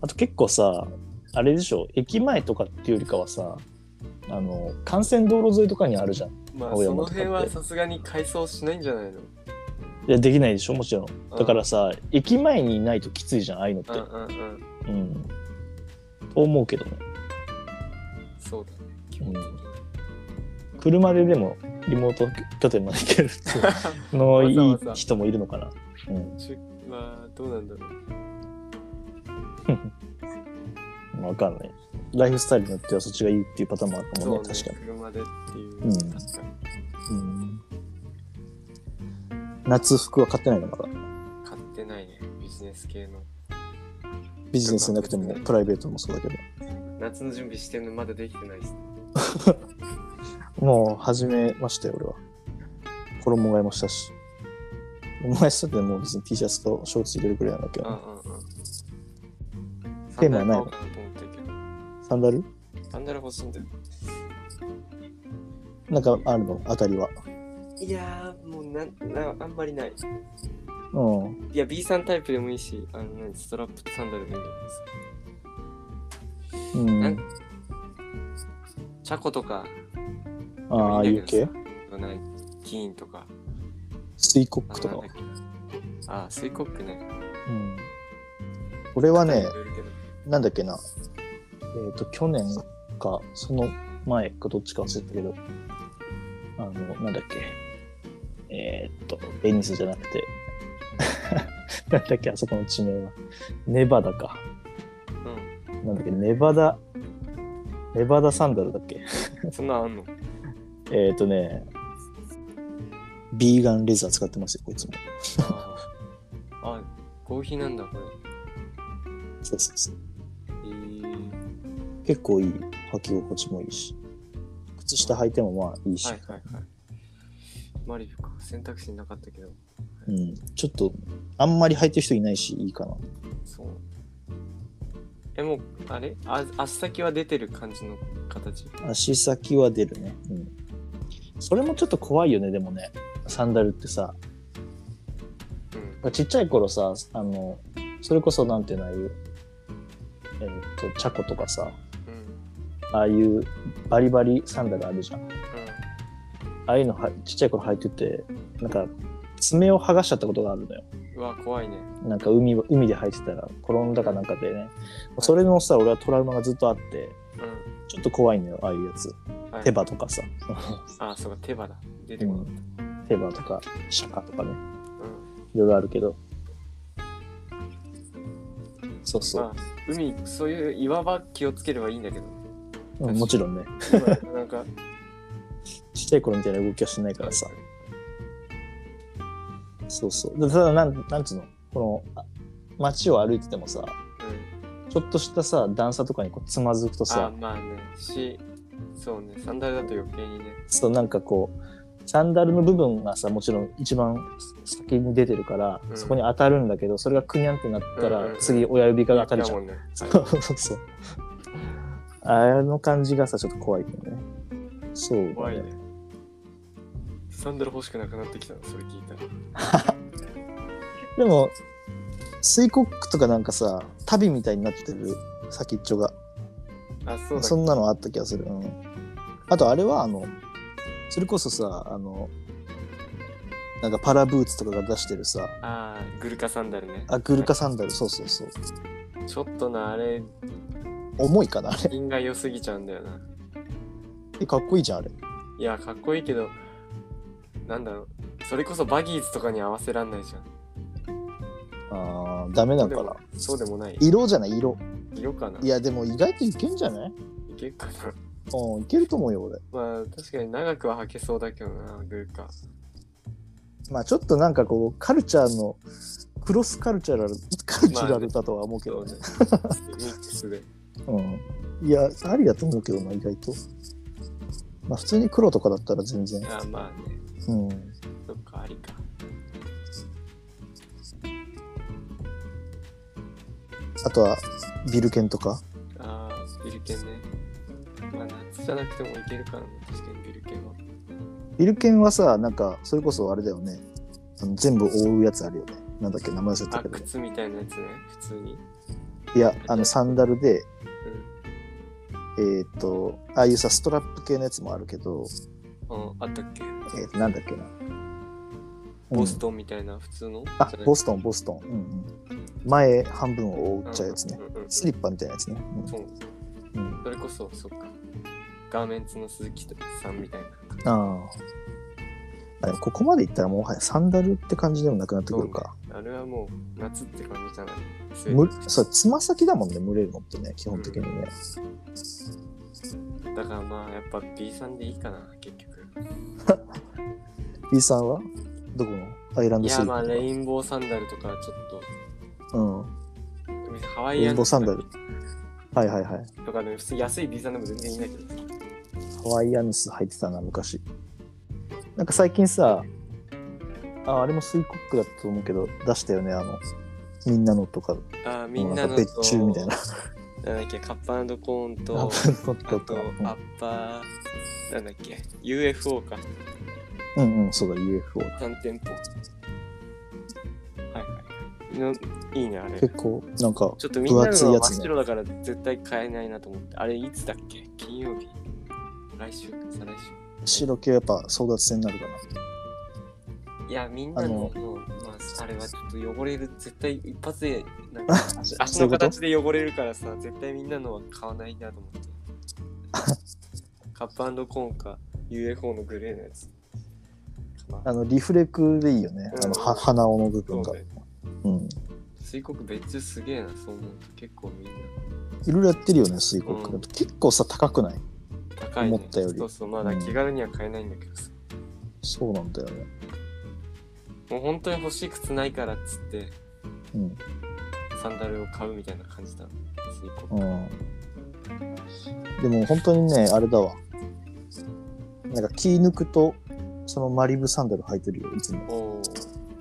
S1: あと結構さ、あれでしょ、駅前とかっていうよりかはさ、あの、幹線道路沿いとかにあるじゃん。
S2: まあ
S1: 青
S2: そ
S1: 山
S2: の
S1: とかって
S2: 辺はさすがに改装しないんじゃないの
S1: いや、できないでしょ、もちろん。
S2: うん
S1: だからさ、駅前にいないときついじゃん、ああいうのって
S2: うん。うんうん。
S1: うん。と思うけどね。
S2: そう だね。基本的に。
S1: 車ででもリモート拠点まで行けるっていうのい
S2: わ
S1: い
S2: ざわざ
S1: 人もいるのかな。うん
S2: ちゅまあどうなんだろう。
S1: まあ、わかんない。ライフスタイルによってはそっちがいいっていうパターンもあった
S2: そ
S1: も
S2: うん
S1: ね、
S2: ね
S1: 確かに。
S2: 車でっていう。
S1: うん
S2: 確かに。
S1: うん夏服は買ってないのかな
S2: 買ってないね。ビジネス系の。
S1: ビジネスじゃなくてもプライベートもそうだけど。
S2: 夏の準備してるのまだできてないです。
S1: もう始めましたよ、俺は。衣替えもしたし。衣替えしたってもう別に T シャツとショーツ入れるくらいなんだけ
S2: うんう
S1: ど、
S2: んうん。
S1: テーマはない
S2: サンダル買おうかなと思ってるけ
S1: サンダル
S2: ど。サンダル欲しいんだよ。
S1: なんかあるの当たりは。
S2: いやーもうなんなあんまりない。
S1: うん。
S2: いや B さんタイプでもいいし、あの何ストラップとサンダルでもいいです。
S1: うん。
S2: なんチャコとか、
S1: ああ、ああいう系
S2: ないキーンとか、
S1: スイコッ
S2: あ
S1: ク
S2: の
S1: と
S2: なん
S1: か
S2: だっ。けあ、スイコックね。
S1: うん。俺はね
S2: い、ろいろけど
S1: なんだっけな。えっ、と、去年か、その前かどっちか忘れたけど、あの、なんだっけ。えっ、と、ベニスじゃなくて、 なんだっけ、あそこの地名は。ネバダか。なんだっけ、ネバダ、ネバダサンダルだっけ。
S2: うん。そんなんあんの
S1: えっ、とね、ビーガンレザー使ってますよ、こいつも。
S2: あーあ、合皮なんだ、これ。
S1: そうそうそう。
S2: えー、
S1: 結構いい。履き心地もいいし。靴下履いてもまあいいし。
S2: はいはいはい。マリフか、選択肢なかったけど、
S1: うん、ちょっとあんまり履いてる人いないしいいかな
S2: そう。え、もう、あれあ足先は出てる感じの形。
S1: 足先は出るね、うん、それもちょっと怖いよねでもねサンダルってさ
S2: うん。
S1: ちっちゃい頃さあのそれこそなんていうのああいうえーっとチャコとかさ
S2: うん。
S1: ああいうバリバリサンダルあるじゃんああいうのはちっちゃい頃履いててなんか爪を剥がしちゃったことがあるのよ
S2: うん。うわ、怖いね。
S1: なんか海海で履いてたら転んだかなんかでねそれのさ俺はトラウマがずっとあって
S2: う
S1: ちょっと怖いのよああいうやつ
S2: ん。はい
S1: 手。羽とかさ
S2: あ、そうか、手羽だ。出てこなかっ
S1: テーバーとかシャカとかね
S2: た。うん。
S1: いろいろあるけどそうそう、
S2: まあ、海、そういう岩場気をつければいいんだ けど。
S1: うんもちろんね
S2: 今なんか、
S1: ちっちゃい頃みたいな動きはしないからさそうそうでただなんなんつうのこのあ街を歩いててもさ
S2: うん。
S1: ちょっとしたさ段差とかにこうつまずくと
S2: あ、
S1: さ
S2: まあね。し、そうね、サンダルだと余計にね。
S1: そうなんかこうサンダルの部分がさもちろん一番先に出てるから、
S2: うん
S1: そこに当たるんだけどそれがクニャンってなったら、
S2: うんうんうん
S1: 次親指が当たるじゃん
S2: だもんね。
S1: そうそうそう。あの感じがさ、ちょっと怖いよね。そう、
S2: 怖いね。。サンダル欲しくなくなってきたの、それ聞いたら。
S1: でも、スイコックとかなんかさ、旅みたいになってる先っちょが。
S2: あ、そうだ
S1: そんなのあった気がする。うん。あと、あれは、あの、それこそさ、あの、なんかパラブーツとかが出してるさ、
S2: あーグルカサンダルね。
S1: あ、グルカサンダル、そうそうそう。
S2: ちょっとな、あれ、
S1: 重いかな あれ
S2: 品が良すぎちゃうんだよな。
S1: えかっこいいじゃんあれ
S2: いや、かっこいいけど、なんだろう。それこそバギーズとかに合わせらんないじゃん。
S1: あーダメなの
S2: で
S1: か
S2: も
S1: な
S2: そうでもない。
S1: 色じゃない色
S2: 色かない
S1: やでも意外といけんじゃない
S2: いけっかな。
S1: うんいけると思うよ俺
S2: まあ、確かに長くは履けそうだけどな、グーか。
S1: まあちょっとなんかこうカルチャーのクロスカルチャラルカルチュラルだとは思うけ
S2: そ
S1: ど
S2: う
S1: ね
S2: ね。ミックスで。
S1: うんいやありだと思うけどな意外とまあ普通に黒とかだったら全然
S2: あまあね。
S1: うん
S2: そっか、ありか。
S1: あとはビルケンとか
S2: ああ、ビルケンね。まあ、夏じゃなくてもいけるからな、確かにビルケンは。
S1: ビルケンはさなんかそれこそあれだよねあの全部覆うやつあるよねなんだっけ名前忘れた
S2: あ、
S1: けど
S2: 靴みたいなやつね、普通に。
S1: いやあのサンダルで
S2: うん
S1: えーっ、とああいうさストラップ系のやつもあるけど
S2: うん、あったっけ
S1: えーっ、となんだっけな
S2: ボス
S1: ン
S2: トンみたいな、普通の
S1: あボ
S2: ス
S1: ストンボストン、うんうん、前半分を覆っちゃうやつね、
S2: うんうんうん
S1: スリッパみたいなやつね、
S2: そう。
S1: うんうん
S2: それこそ、そっか。ガーメンツの鈴木さんみたいな。
S1: ああでもここまでいったらもはやサンダルって感じでもなくなってくるか、
S2: あれはもう、夏って感じじゃない。
S1: むそうつま先だもんね蒸れるのってね基本的にね、
S2: だからまあ、やっぱ B さんでいいかな、結局。
S1: B さんはどこのアイラン
S2: い
S1: ドスリッ
S2: や、
S1: パ
S2: まあ、
S1: とか
S2: レインボーサンダルとか、ちょっと。
S1: うん
S2: ハワイアン
S1: レインボーサンダルはいはいはい
S2: とかね、普通安い B さんでも全然いいんだけど。
S1: ハワイアンス履いてたな昔なんか最近さああれもスイコックだったと思うけど出したよねあのみんなのとか
S2: あーみんなの
S1: んか別注みたいな
S2: なんだっけ、カッパーコーン
S1: ア
S2: と、
S1: ップ
S2: あ
S1: と
S2: と、ア
S1: か
S2: ッパー、なんだっけ、UFO か、
S1: うんうんそうだ UFO
S2: 3店舗。はいはい。のいいね、あれ。
S1: 結構なんか
S2: ちょっとみんなの
S1: 分厚い
S2: 真
S1: や
S2: っ
S1: つね
S2: 白だから絶対買えないなと思って。あれ、いつだっけ金曜日来週か、再来
S1: 白系はやっぱ争奪戦になるかな
S2: 週。いや、みんなの、もうまあ、あれはちょっと汚れる、絶対一発で、なんか足足
S1: そうい
S2: の
S1: うこと
S2: 形で汚れるからさ、絶対みんなのは買わないなと 思って。カップコーンか、UFO のグレーのやつ。まあ
S1: あのリフレクでいいよね、あのは鼻緒の部分が
S2: そうだよ
S1: う、ん、
S2: 水国別注すげえなそう思うと結構みんない
S1: ろいろやってるよね水国、
S2: うん
S1: 結構さ高くない
S2: 高い、ね、
S1: 思ったより
S2: そうそうまだ気軽には買えないんだけどさ、
S1: そうなんだよね、
S2: もう本当に欲しい靴ないからっつって
S1: うん
S2: サンダルを買うみたいな感じだ水
S1: う
S2: 国
S1: ん、でも本当にねあれだわなんか気抜くとそのマリブサンダル履いてるよいつも、
S2: おお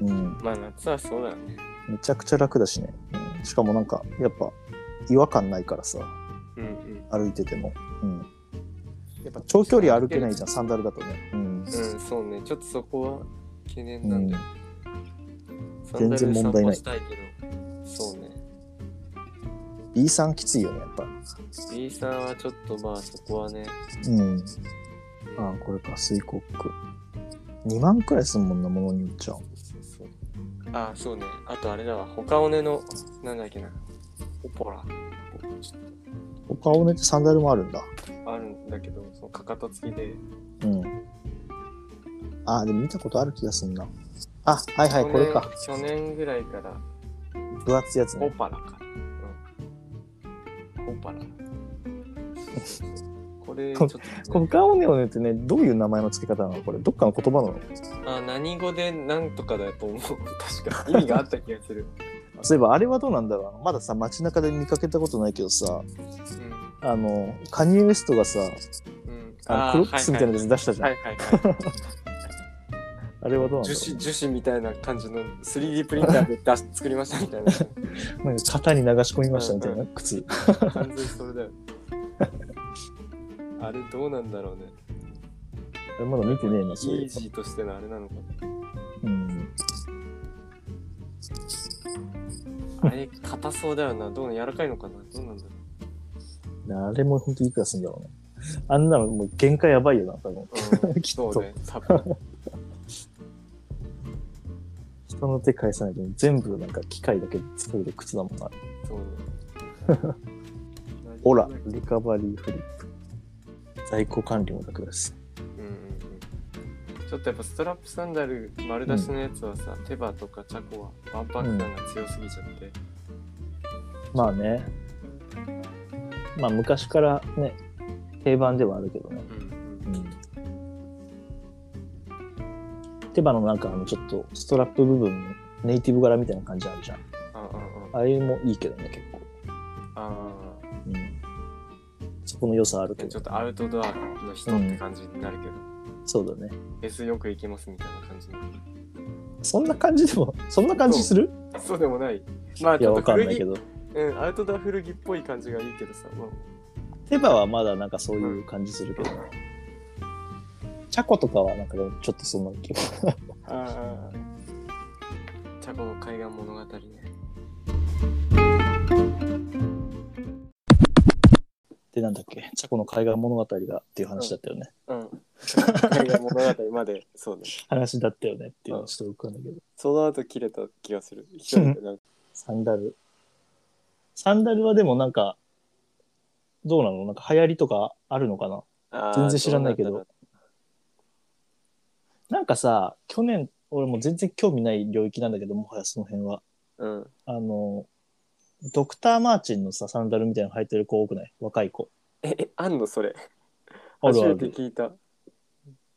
S1: うん、
S2: まあ夏はそうだよね
S1: めちゃくちゃ楽だしね、うん、しかもなんかやっぱ違和感ないからさ
S2: うんうん
S1: 歩いてても、うん、やっぱ長距離歩けないじゃんサンダルだとね、うん、
S2: うんそうねちょっとそこは懸念なんだよ、サンダ
S1: 全然
S2: ル
S1: 問
S2: 散
S1: 題な
S2: 歩
S1: い
S2: したいけどそうね
S1: B さんきついよねやっぱ
S2: B さんはちょっとまあそこはね
S1: うん。ああ、これか、水コック。2万くらいすんもんな、ものによっちゃ。
S2: そうそうああそうねあとあれだわ他尾根のなんだっけなオポラちょっと
S1: 他をねってサンダルもあるんだ。
S2: あるんだけど、そのかかと付きで、
S1: うん。ああ、でも見たことある気がすんな。あ、はいはい、これか。
S2: 去年。去年ぐらいから、
S1: 分厚いやつ
S2: オ
S1: ね。
S2: パラか。うん。オパラ。これ、ちょっと、ね、
S1: 他をねをねってね、どういう名前の付け方なのこれ、どっかの言葉なの
S2: あ何語でなんとかだと思う。確か意味があった気がする。
S1: そういえば、あれはどうなんだろうまださ、街中で見かけたことないけどさ、
S2: うん。
S1: あの、カニエ・ウエストがさ、
S2: うん、
S1: あのクロックスみたいなやつ出したじゃん。
S2: はいはいはい。 はいはいはい
S1: あれはどうなんだ
S2: 樹
S1: ろ
S2: 脂樹脂みたいな感じの 3D プリンターで出し作りましたみたいな。
S1: うなんか型に流し込みましたみたいな靴。
S2: 完全にそ れだよ。あれどうなんだろうね。
S1: あれまだ見てねえな、そうい
S2: イ
S1: う
S2: ージーとしてのあれなのか
S1: うん。
S2: な。あれ、硬そうだよな。どうな柔らかいのかなどうなんだろ
S1: あれも本当いくらすんだろうね。あんなのもう限界やばいよな、多分。
S2: う。う ん、
S1: きっと
S2: そうね。多分。
S1: 人の手返さないと 全部なんか機械だけ作れる靴だもんな。
S2: そうね。
S1: オラ、リカバリーフリップ。在庫管理も楽です。
S2: うんうんうんちょっとやっぱストラップサンダル丸出しのやつはさ、手羽とかチャコはワンパンク感が強すぎちゃって、
S1: まあね。まあ昔からね、定番ではあるけどね。
S2: うんうん
S1: 手羽のなんかあのちょっとストラップ部分のネイティブ柄みたいな感じあるじゃん。
S2: あ
S1: ああいうのもいいけどね、結構。
S2: ああああ
S1: うん、そこの良さあるけ
S2: あちょ
S1: ど
S2: っ。とアウトドアの人って感じになるけど、
S1: そうだね。
S2: フェスよく行きますみたいな感じの
S1: そんな感じでも、 そんな感じする
S2: そうでもないまあ
S1: い
S2: ち
S1: や、
S2: ょっ
S1: わ
S2: と
S1: かん
S2: 古
S1: ない
S2: 着
S1: けど。
S2: うんアウトドア古着っぽい感じがいいけどさ、まあ
S1: 手羽はまだなんかそういう感じするけど。チャコとかはなんかでもちょっとそんな気が。
S2: あチャコの海岸物語ね。
S1: で、なんだっけ、チャコの海岸物語がっていう話だったよね。
S2: うん。海岸物語まで、そうね。
S1: 話だったよねっていうのはちょっと浮かんだけど。
S2: その後切れた気がする。一人でなんか
S1: サンダル。サンダルはでもなんか、どうなのなんか流行りとかあるのかな
S2: あー
S1: 全然知らないけど
S2: そうんだ
S1: なんかさ、去年、俺もう全然興味ない領域なんだけど、もはやその辺は。
S2: うん。
S1: あの、ドクター・マーチンのさ、サンダルみたいなの履いてる子多くない若い子。
S2: え、えあんのそれ。
S1: ある
S2: 初
S1: あ
S2: め
S1: る
S2: て聞いた。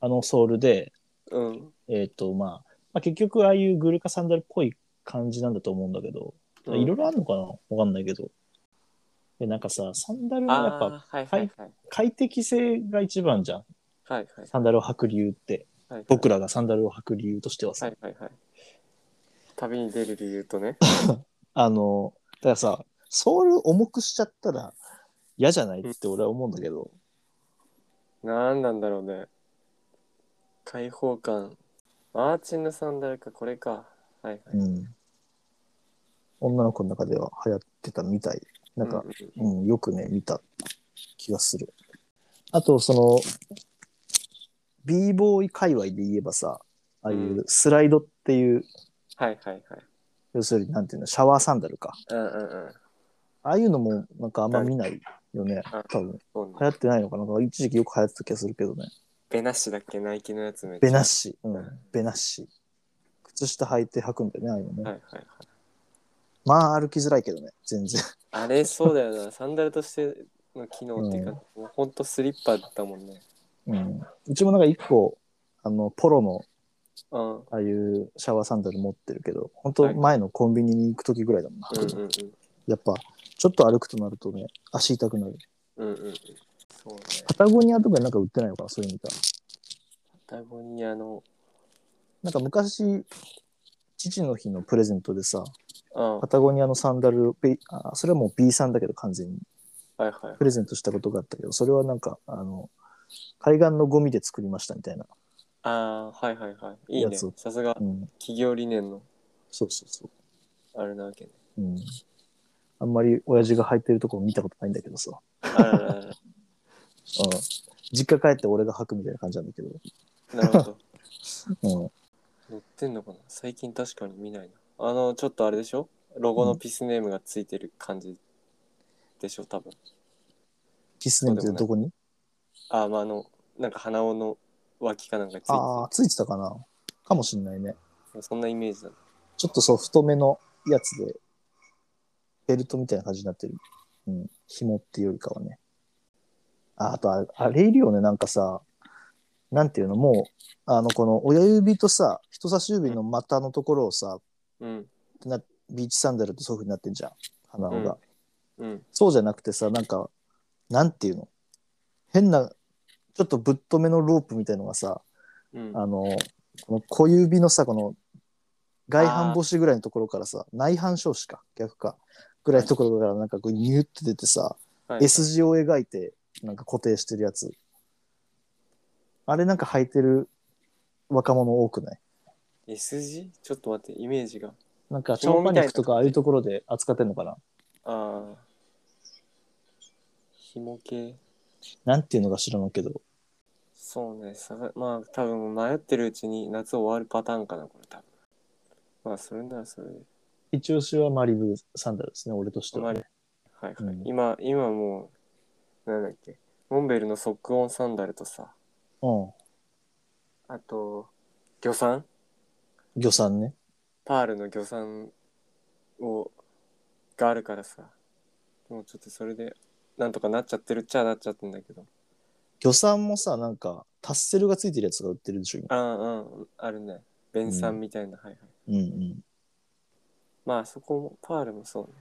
S1: あのソールで、
S2: うん。
S1: えっ、と、まあ、まあ、結局ああいうグルカサンダルっぽい感じなんだと思うんだけど、いろいろあるのかなわかんないけど。で、なんかさ、サンダル
S2: うん
S1: はやっぱ
S2: あーはいはいはい。
S1: 快適性が一番じゃん。
S2: はいはい
S1: サンダルを履く理由って。
S2: はい。
S1: 僕らがサンダルを履く理由としてはさ、
S2: はいはいはい。旅に出る理由とね。
S1: あの、だからさ、ソール重くしちゃったら嫌じゃないって俺は思うんだけど、
S2: なんなんだろうね。開放感。マーチンのサンダルか、これか。はいはい。
S1: うん。女の子の中では流行ってたみたい。なんか
S2: う、う
S1: うん、よくね、見た気がする。あと、その、b ボーイ界隈で言えばさ、ああいうスライドっていう、
S2: はいはいはい。
S1: 要するに、なんていうの、シャワーサンダルか。
S2: うんうんうん。
S1: ああいうのも、なんかあんま見ないよね
S2: はい。
S1: 多分、
S2: そうね
S1: 流行ってないのかな。なんか一時期よく流行ってた気がするけどね。
S2: ベナッシュだっけナイキのやつめっ
S1: ベ
S2: ッ
S1: ナッシュ。うん、ベナッシュ。靴下履いて履くんだよね、ああいうのね。
S2: はいはいはい。
S1: まあ、歩きづらいけどね、全然。
S2: あれそうだよな。サンダルとしての機能っていうか、もうほんとスリッパだったもんね。
S1: うん。うちもなんか一個、あの、ポロの
S2: うん。うん
S1: ああいうシャワーサンダル持ってるけど、本当前のコンビニに行く時ぐらいだもんな。
S2: うんうん。
S1: やっぱ、ちょっと歩くとなるとね、足痛くなる。
S2: うんうんうん。そうね。
S1: パタゴニアとかになんか売ってないのかな、そういうの見たら。
S2: パタゴニアの、
S1: なんか昔、父の日のプレゼントでさ、
S2: うん。
S1: パ
S2: は
S1: タゴニアのサンダル、ベあそれはもう B さんだけど完全に、
S2: いはい。
S1: プレゼントしたことがあったけど、それはなんか、あの、海岸のゴミで作りましたみたいな。
S2: ああー、はいはいはい。いい
S1: や
S2: ね
S1: つを。
S2: さすが
S1: うん。
S2: 企業理念の
S1: そうそうそ
S2: あれなわけね。
S1: う。うん。あんまり親父が履いてるとこ見たことないんだけどさ。
S2: あらららら。
S1: うん。実家帰って俺が履くみたいな感じなんだけど。
S2: なるほど。
S1: うん。
S2: 乗ってんのかな最近確かに見ないな。あの、ちょっとあれでしょロゴのピスネームがついてる感じでしょ多分。
S1: キスネームってどこに、
S2: あー、まあ、あの、なんか鼻緒の脇かなんかについて
S1: ああ、ついてたかなかもしんないね。
S2: るそんなイメージだな。
S1: ちょっとそう、太めのやつで、ベルトみたいな感じになってる。うん。紐っていうよりかはね。あ、あとあれ、あれいるよね、なんかさ、なんていうの、もう、あの、この親指とさ、人差し指の股のところをさ、
S2: うん。
S1: なビーチサンダルとそういう風になってんじゃん、鼻緒が。
S2: うんうん。
S1: そうじゃなくてさ、なんか、なんていうの変な、ちょっとぶっとめのロープみたいのがさ、
S2: うん。
S1: あの、この小指のさ、この外反母趾ぐらいのところからさ、内反小趾か、逆か、ぐらいのところからなんかこうニューって出てさ、
S2: はい
S1: S 字を描いてなんか固定してるやつ。あれなんか履いてる若者多くない
S2: S 字ちょっと待って、イメージが。
S1: なんか超
S2: 紐
S1: パ
S2: み
S1: ニ
S2: たいな
S1: ックとかああいうところで扱ってんのかな
S2: ああ。紐系。
S1: なんていうのか知らんけど。
S2: そうね。さがまあ、多分迷ってるうちに夏終わるパターンかな、これ多分。まあ、それならそれで。
S1: 一押しはマリブサンダルですね、俺として
S2: あま
S1: は
S2: り
S1: ね、。
S2: はいはい。
S1: うん
S2: 今、今もう、なんだっけモンベルの即音サンダルとさ
S1: うん。
S2: あと魚さん
S1: 魚さんね。
S2: パールの魚さんをがあるからさもうちょっとそれでなんとかなっちゃってるっちゃなっちゃってんだけど
S1: 魚さんもさ、なんか、タッセルがついてるやつが売ってるでしょ、今。
S2: ああうんあるね弁さんみたいな、はいは
S1: う
S2: い
S1: んうん。
S2: まあそこもパールもそうね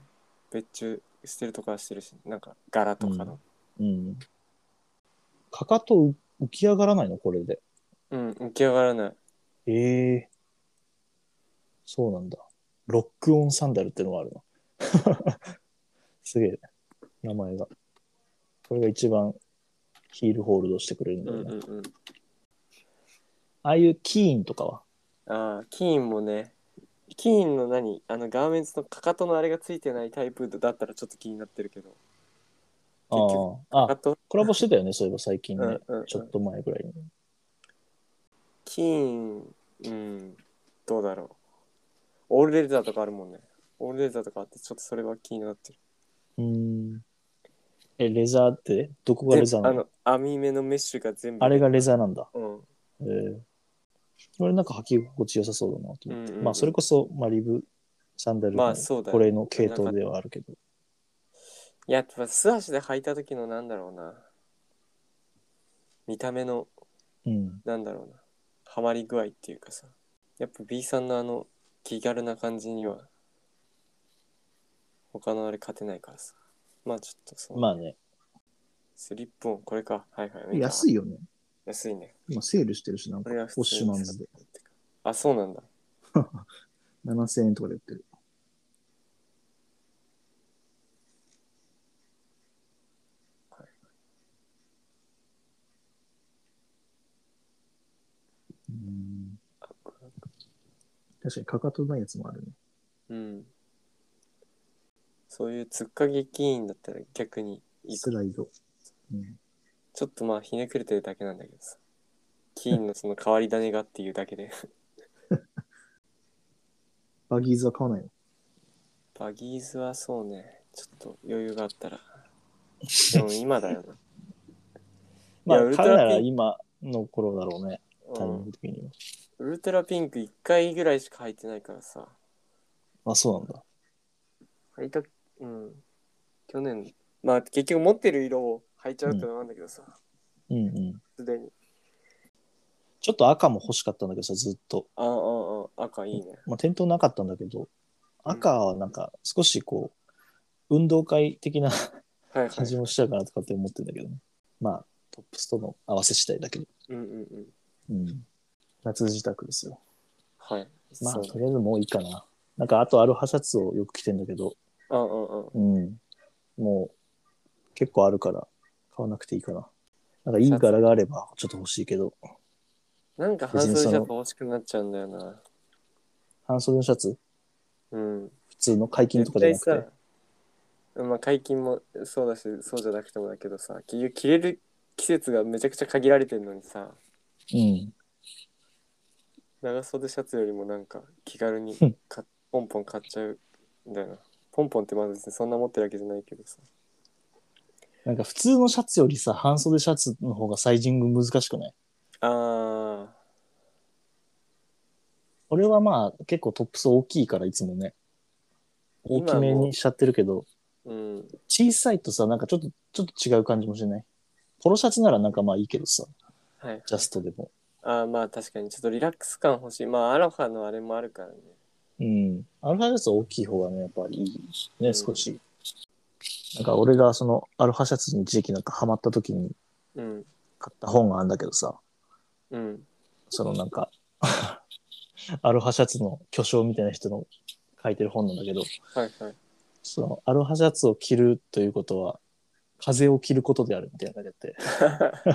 S2: 別注してるとかはしてるしなんか柄とかの
S1: うん。かかと浮浮き上がらないの、これで。
S2: うん、浮き上がらな
S1: え
S2: い
S1: えそうなんだ。ロックオンサンダルってのがあ るな。すげえ。名前が。これが一番ヒールホールドしてくれるんだ
S2: う
S1: よ
S2: ん
S1: ね。
S2: うんうん
S1: ああいうキーンとかは。
S2: ああキーンもねキーンの何あのガーメンツのかかとのあれがついてないタイプだったらちょっと気になってるけど
S1: あ
S2: 結
S1: あ
S2: かか
S1: あ、
S2: と
S1: コラボしてたよね、そういえば最近
S2: うん
S1: ね。
S2: うんうん
S1: ちょっと前ぐらいに。
S2: キーンうんどうだろうオールレザーとかあるもんねオールレザーとかあってちょっとそれは気になってる
S1: うーん。え、レザーってどこがレザーな
S2: あ
S1: の
S2: の網目のメッシュが全部
S1: あれがレザーなんだ。
S2: うん
S1: えー、これなんか履き心地良さそうだなと思って。
S2: うんうんうん
S1: まあ、それこそ、まあ、リブサンダル
S2: ま
S1: の
S2: あそうだね
S1: これの系統ではあるけど。
S2: やっぱ素足で履いた時のなんだろうな見た目の
S1: うん。
S2: なんだろうなハマり具合っていうかさやっぱ B さんのあの気軽な感じには他のあれ勝てないからさまあちょっとその、
S1: まあね、
S2: スリップオンこれかはいはい
S1: 安
S2: い
S1: いよね。
S2: 安いね
S1: 今セールしてるし、なん
S2: こ
S1: か
S2: れは、普通
S1: オッシュマンズで。
S2: あそうなんだ
S1: 7000円とかで売ってる。
S2: はい
S1: うん確かにかかとないやつもあるね。
S2: うんそういうつっかげキーンだったら逆にいいか
S1: スライド。うん
S2: ちょっとまあひねくれてるだけなんだけどさキーンのその変わり種がっていうだけで
S1: バギーズは買わないの
S2: バギーズはそうね、ちょっと余裕があ ったら。でも今だよな。
S1: ま
S2: いやウ
S1: あ、
S2: ルト
S1: 買うな
S2: ラ
S1: ら
S2: ピン
S1: 今の頃だろうね。タイミン
S2: う
S1: グ
S2: ん
S1: 的には。
S2: ウルトラピンク1回ぐらいしか履いてないからさ。
S1: あ、そうなんだ。
S2: 履いた、うん。去年、まあ結局持ってる色を履いちゃうってのもあるんだけどさ、
S1: うんうん。
S2: すでに。
S1: ちょっと赤も欲しかったんだけどさ、ずっと。
S2: ああ、ああ、赤いいね。
S1: まあ、店頭なかったんだけど、赤はなんか少しこう、運動会的な
S2: はいは
S1: 感じ
S2: い。
S1: もしちゃうかなとかって思ってんだけどね。まあ、トップスとの合わせ次第だけど。
S2: うんうんうん。
S1: うん。夏自宅ですよ。
S2: はい。
S1: まあ、
S2: そう
S1: とりあえずもういいかな。なんか、あとアロハシャツをよく着てんだけど、
S2: ああ、ああ。
S1: うん。もう、結構あるから、買わなくていいかな。なんか、いい柄があれば、ちょっと欲しいけど、
S2: なんか半袖じゃ欲しくなっちゃうんだよな。
S1: 半袖のシャツ、
S2: うん。
S1: 普通の解禁とか
S2: 絶
S1: じゃな
S2: 対
S1: くて
S2: さ。、まあ解禁もそうだし、そうじゃなくてもだけどさ、結局着れる季節がめちゃくちゃ限られてるのにさ、
S1: うん。
S2: 長袖シャツよりもなんか気軽に
S1: うん
S2: かポンポン買っちゃうんだよな。ポンポンってまあ別にそんな持ってるわけじゃないけどさ。
S1: なんか、普通のシャツよりさ、半袖シャツの方がサイジング難しくない
S2: あ
S1: 俺はまあ、結構トップス大きいから、いつもね。大きめにしちゃってるけど、
S2: ー、うん。
S1: 小さいとさ、なんかちょっと、ちょっと違う感じもしないポロシャツならなんかまあいいけどさ、
S2: はい。
S1: ジャストでも。
S2: ああ、まあ確かにちょっとリラックス感欲しい。まあアロハのあれもあるからね。
S1: うん。アルファシャツ大きい方がね、やっぱりいいしね、
S2: うん
S1: 少し。なんか俺がそのアルファシャツに一時期なんかハマった時に
S2: うん。
S1: 買った本があるんだけどさ、
S2: うん。
S1: そのなんか、 アルファシャツの巨匠みたいな人の書いてる本なんだけど、
S2: はいはい。
S1: そのアルファシャツを着るということは、風を着ることであるみたいなのが書い て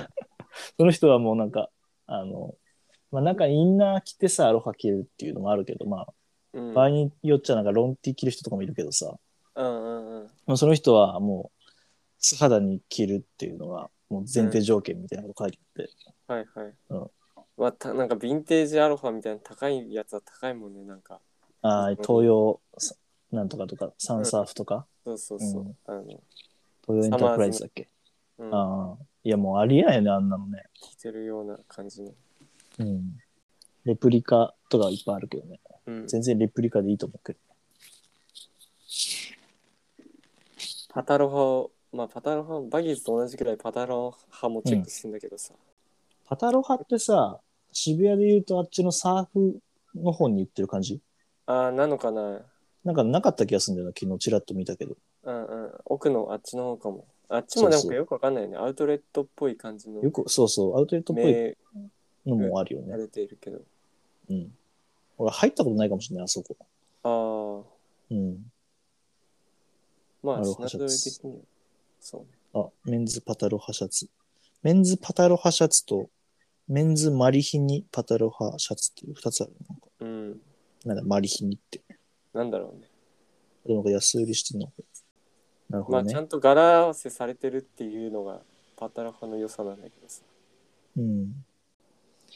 S1: あって。その人はもうなんか、あの、まあなんかインナー着てさ、アロハ着るっていうのもあるけど、ま
S2: うん。
S1: あ場合によっちゃなんかロンティ着る人とかもいるけどさ、
S2: うんうんうん。
S1: まあその人はもう素肌に着るっていうのがもう前提条件みたいなこと書いてあって、
S2: はいはい。
S1: うん
S2: まあたなんかヴィンテージアロハみたいな高いやつは高いもんね、なんか。
S1: ああ東洋さなんとかとかサンサーフとか、
S2: そうそうそう。
S1: うん
S2: あの、
S1: 東洋エンタープライズだっけ
S2: ううん、
S1: ああ。いや、もうありえないよね、あんなのね。
S2: 着てるような感じの。
S1: うん。レプリカとかいっぱいあるけどね。
S2: うん、
S1: 全然レプリカでいいと思うけど。
S2: パタロ派を、まあパタロ派、バギーズと同じくらいパタロ派もチェックしてんだけどさ。
S1: パタロ派ってさ、渋谷で言うとあっちのサーフの方に行ってる感じ
S2: ああ、なのかな
S1: なんかなかった気がするんだよな、昨日ちらっと見たけど。
S2: うんうん。奥のあっちの方かも。あっちもな
S1: そう
S2: ん
S1: そ
S2: か
S1: う
S2: よくわかんないよね。アウトレットっぽい感じの
S1: よく、そうそう、アウトレットっぽい
S2: 目
S1: のもあるよね
S2: が。出ているけど。
S1: うん。俺入ったことないかもしれない、あそこ。
S2: あ
S1: うん。
S2: あ、ま
S1: な
S2: あ、
S1: るほ
S2: 品
S1: ど
S2: 揃え的には。そうね。
S1: あ、メンズパタロハシャツ。メンズパタロハシャツと、メンズマリヒニパタロハシャツっていう二つある。なんか、
S2: うん。
S1: なんだ、マリヒニって。
S2: なんだろうね。
S1: なんか安売りしてんのかなるほ
S2: ま
S1: ど
S2: あ、ち
S1: ね。
S2: ゃんと柄合わせされてるっていうのが、パタラ派の良さなんだけどさ。
S1: うん。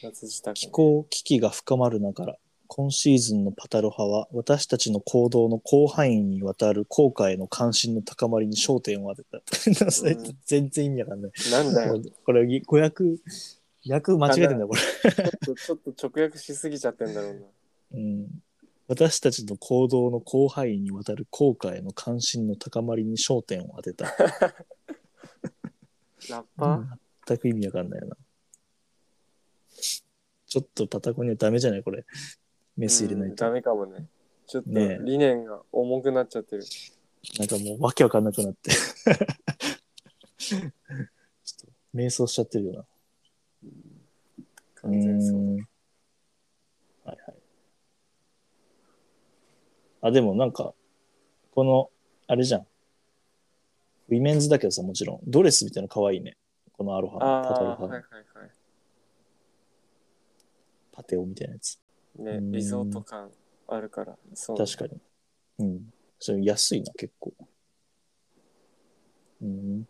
S2: 夏自宅
S1: 気
S2: ね。
S1: 候危機が深まる中今シーズンのパタロ派は私たちの行動の広範囲にわたる効果への関心の高まりに焦点を当てた。それ 全然意味わかんない。
S2: なんだよ。
S1: これ500、役間違えてんだよこれ、
S2: ちょちょっと直訳しすぎちゃってんだろうな。
S1: うん。私たちの行動の広範囲にわたる効果への関心の高まりに焦点を当てた。
S2: ラッパー、
S1: 全く意味わかんないよな。ちょっとパタコニアダメじゃないこれ。メス入れな
S2: うん
S1: いと。
S2: ダメかもね。ちょっと
S1: ねえ
S2: 理念が重くなっちゃってる。
S1: なんかもうわけわかんなくなって。 ちょっと瞑想しちゃってるよな。
S2: 完全にそうう。
S1: んはいはい。あ、でもなんか、この、あれじゃん。ウィメンズだけどさ、もちろん。ドレスみたいなの可愛いね。このアロハ
S2: あ
S1: の、パタロ
S2: あ、はい
S1: ハ
S2: はい
S1: の、
S2: はい。
S1: パテオみたいなやつ。
S2: ね
S1: う、ん
S2: リゾート感あるから、そう。
S1: 確かに。うん。それ安いな、結構。うん。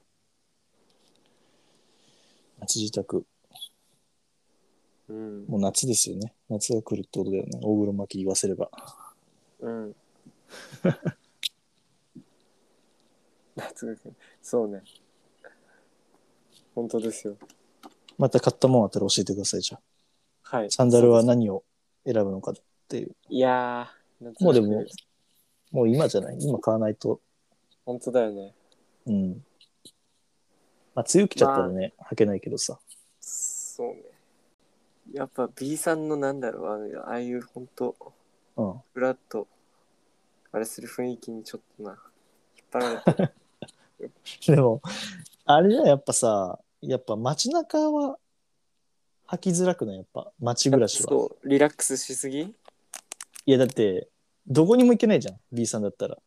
S1: 町自宅。
S2: うん。
S1: もう夏ですよね。夏が来るってことだよね。大黒摩季言わせれば。
S2: うん。夏が来るそうね。本当ですよ。
S1: また買ったもんあったら教えてください、じゃあ。
S2: はい。
S1: サンダルは
S2: そうで
S1: 何を選ぶのかっていう。
S2: すいやー、夏
S1: も
S2: が
S1: う
S2: 来
S1: で
S2: る
S1: も、もう今じゃない。今買わないと。
S2: 本当だよね。
S1: うん。まあ、梅雨来ちゃったらね、履けないけどさ。
S2: そうね。やっぱ B さんのなんだろう、あのああいう本当
S1: うん。
S2: フラッと、あれする雰囲気にちょっとな、引っ張られてる。
S1: でも、あれじゃやっぱさ、やっぱ街中は履きづらくないやっぱ街暮らしは。
S2: そう、リラックスしすぎ
S1: いやだって、どこにも行けないじゃん、B さんだったら。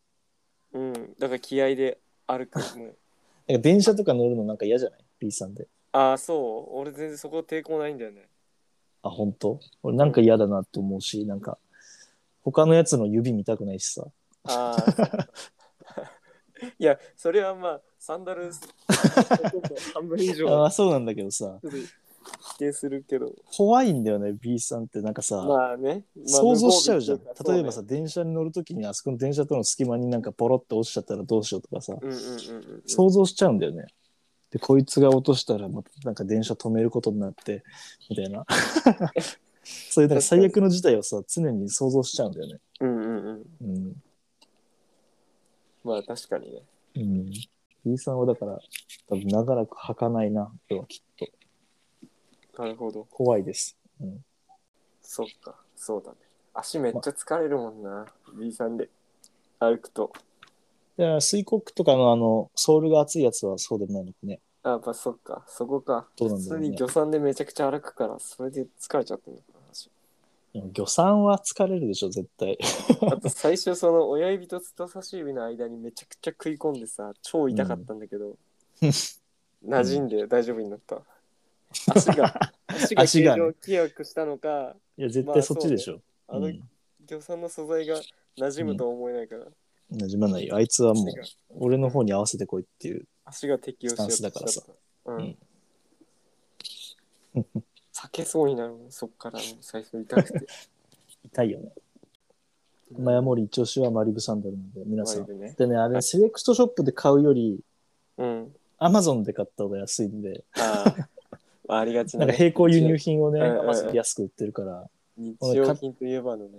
S2: うん。だから気合で歩く。もう
S1: なんか電車とか乗るのなんか嫌じゃない ?B さんで。
S2: ああ、そう俺全然そこ抵抗ないんだよね。
S1: あ、本当俺なんか嫌だなって思うし、なんか、他のやつの指見たくないしさ。
S2: ああ。 いや、それはまあ、サンダル、半分以上、ち
S1: あ
S2: ょ
S1: あ、そうなんだけどさ、
S2: っと否定するけど。
S1: 怖いんだよね、B さんって。なんかさ、
S2: まあね。まあ
S1: 想像しちゃうじゃん。
S2: 無防備
S1: 例えばさ、
S2: っ
S1: 電車に乗るときに、あそこの電車との隙間になんかポロって落ちちゃったらどうしようとかさ、
S2: ていうかそうねうんうんうんうん。
S1: 想像しちゃうんだよね。で、こいつが落としたら、またなんか電車止めることになって、みたい な。そういうなんか最悪の事態をさ、常に想像しちゃうんだよね。
S2: うんうんうん。
S1: うん。
S2: まあ確かにね。
S1: うん。B さんはだから、多分長らく履かないな、今日はきっと。
S2: なるほど。
S1: 怖いです。
S2: そっか、そうだね。足めっちゃ疲れるもんな。B さんで歩くと。
S1: だから、水国とかのあの、ソールが厚いやつはそうでもないのかね。
S2: あ、やっぱそっか、そこか。
S1: どうなん
S2: 普
S1: だろう
S2: 通
S1: ね
S2: に魚山でめちゃくちゃ歩くから、それで疲れちゃってるのかな。足
S1: でも魚さんは疲れるでしょ、絶対。
S2: あと最初その親指と人差し指の間にめちゃくちゃ食い込んでさ超痛かったんだけど、馴染んで大丈夫になった、足 が足が
S1: 足
S2: 形
S1: が
S2: 状
S1: ね
S2: 規約したのか
S1: いや、絶対そっちでしょ。
S2: あの
S1: うん
S2: 魚さんの素材が馴染むとは思えないから、
S1: なじまないよ。あいつはもう
S2: 足、が
S1: 俺の方に合わせてこいっていう。
S2: 足が適応しようとしちゃった
S1: スタンスだ
S2: うん
S1: うん
S2: 避けそうになるもんそっからもう最初痛くて
S1: 痛いよね。マヤモリ一押しはマリブサンダルなんで、皆さん。
S2: 割とね
S1: でね、あれ、セレクトショップで買うより、
S2: うん
S1: アマゾンで買った方が安いんで、
S2: あー、まあ、ありがち
S1: な
S2: なん
S1: か並行輸入品をね、
S2: うんうんうん
S1: アマゾンで安く売ってるから、
S2: 日用品といえばのね。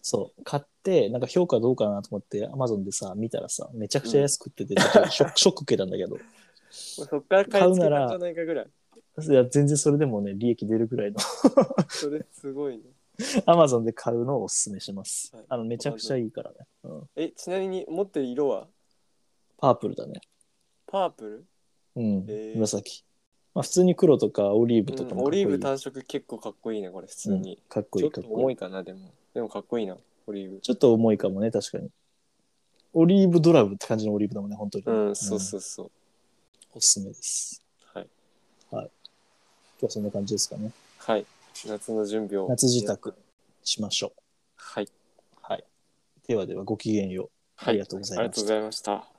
S1: そう、買って、なんか評価どうかなと思って、アマゾンでさ、見たらさ、めちゃくちゃ安く売ってて、ちょっとショックショッ ク受けたんだけど、
S2: もうそっから買い付けたんじゃないかぐらい。
S1: いや、全然それでもね、利益出るぐらいの、
S2: それすごいね。
S1: アマゾンで買うのをおすすめします
S2: はい。
S1: あの、めちゃくちゃいいからね。うん、
S2: え、ちなみに持ってる色は
S1: パープルだね。
S2: パープル
S1: うん、
S2: えー
S1: 紫。まあ、普通に黒とかオリーブとか
S2: う
S1: も
S2: ん
S1: かっ
S2: オ
S1: こいい
S2: リーブ単色結構かっこいいね、これ普通
S1: うん
S2: に。
S1: かっこい
S2: ち
S1: い
S2: ょっ
S1: か
S2: と
S1: っこ
S2: 重
S1: いい。
S2: いかな、でも。でもかっこいいな、オリーブ。
S1: ちょっと重いかもね、確かに。オリーブドラブって感じのオリーブだもんね、本当に。
S2: うん、そうそうそう。
S1: おすすめです。
S2: はい。
S1: 今日はそんな感じですかね。
S2: はい。夏の準備を。
S1: 夏自宅。しましょう。
S2: はい。
S1: はい。ではではごきげんよう。
S2: は
S1: ありがとうございました
S2: ありがとうございました。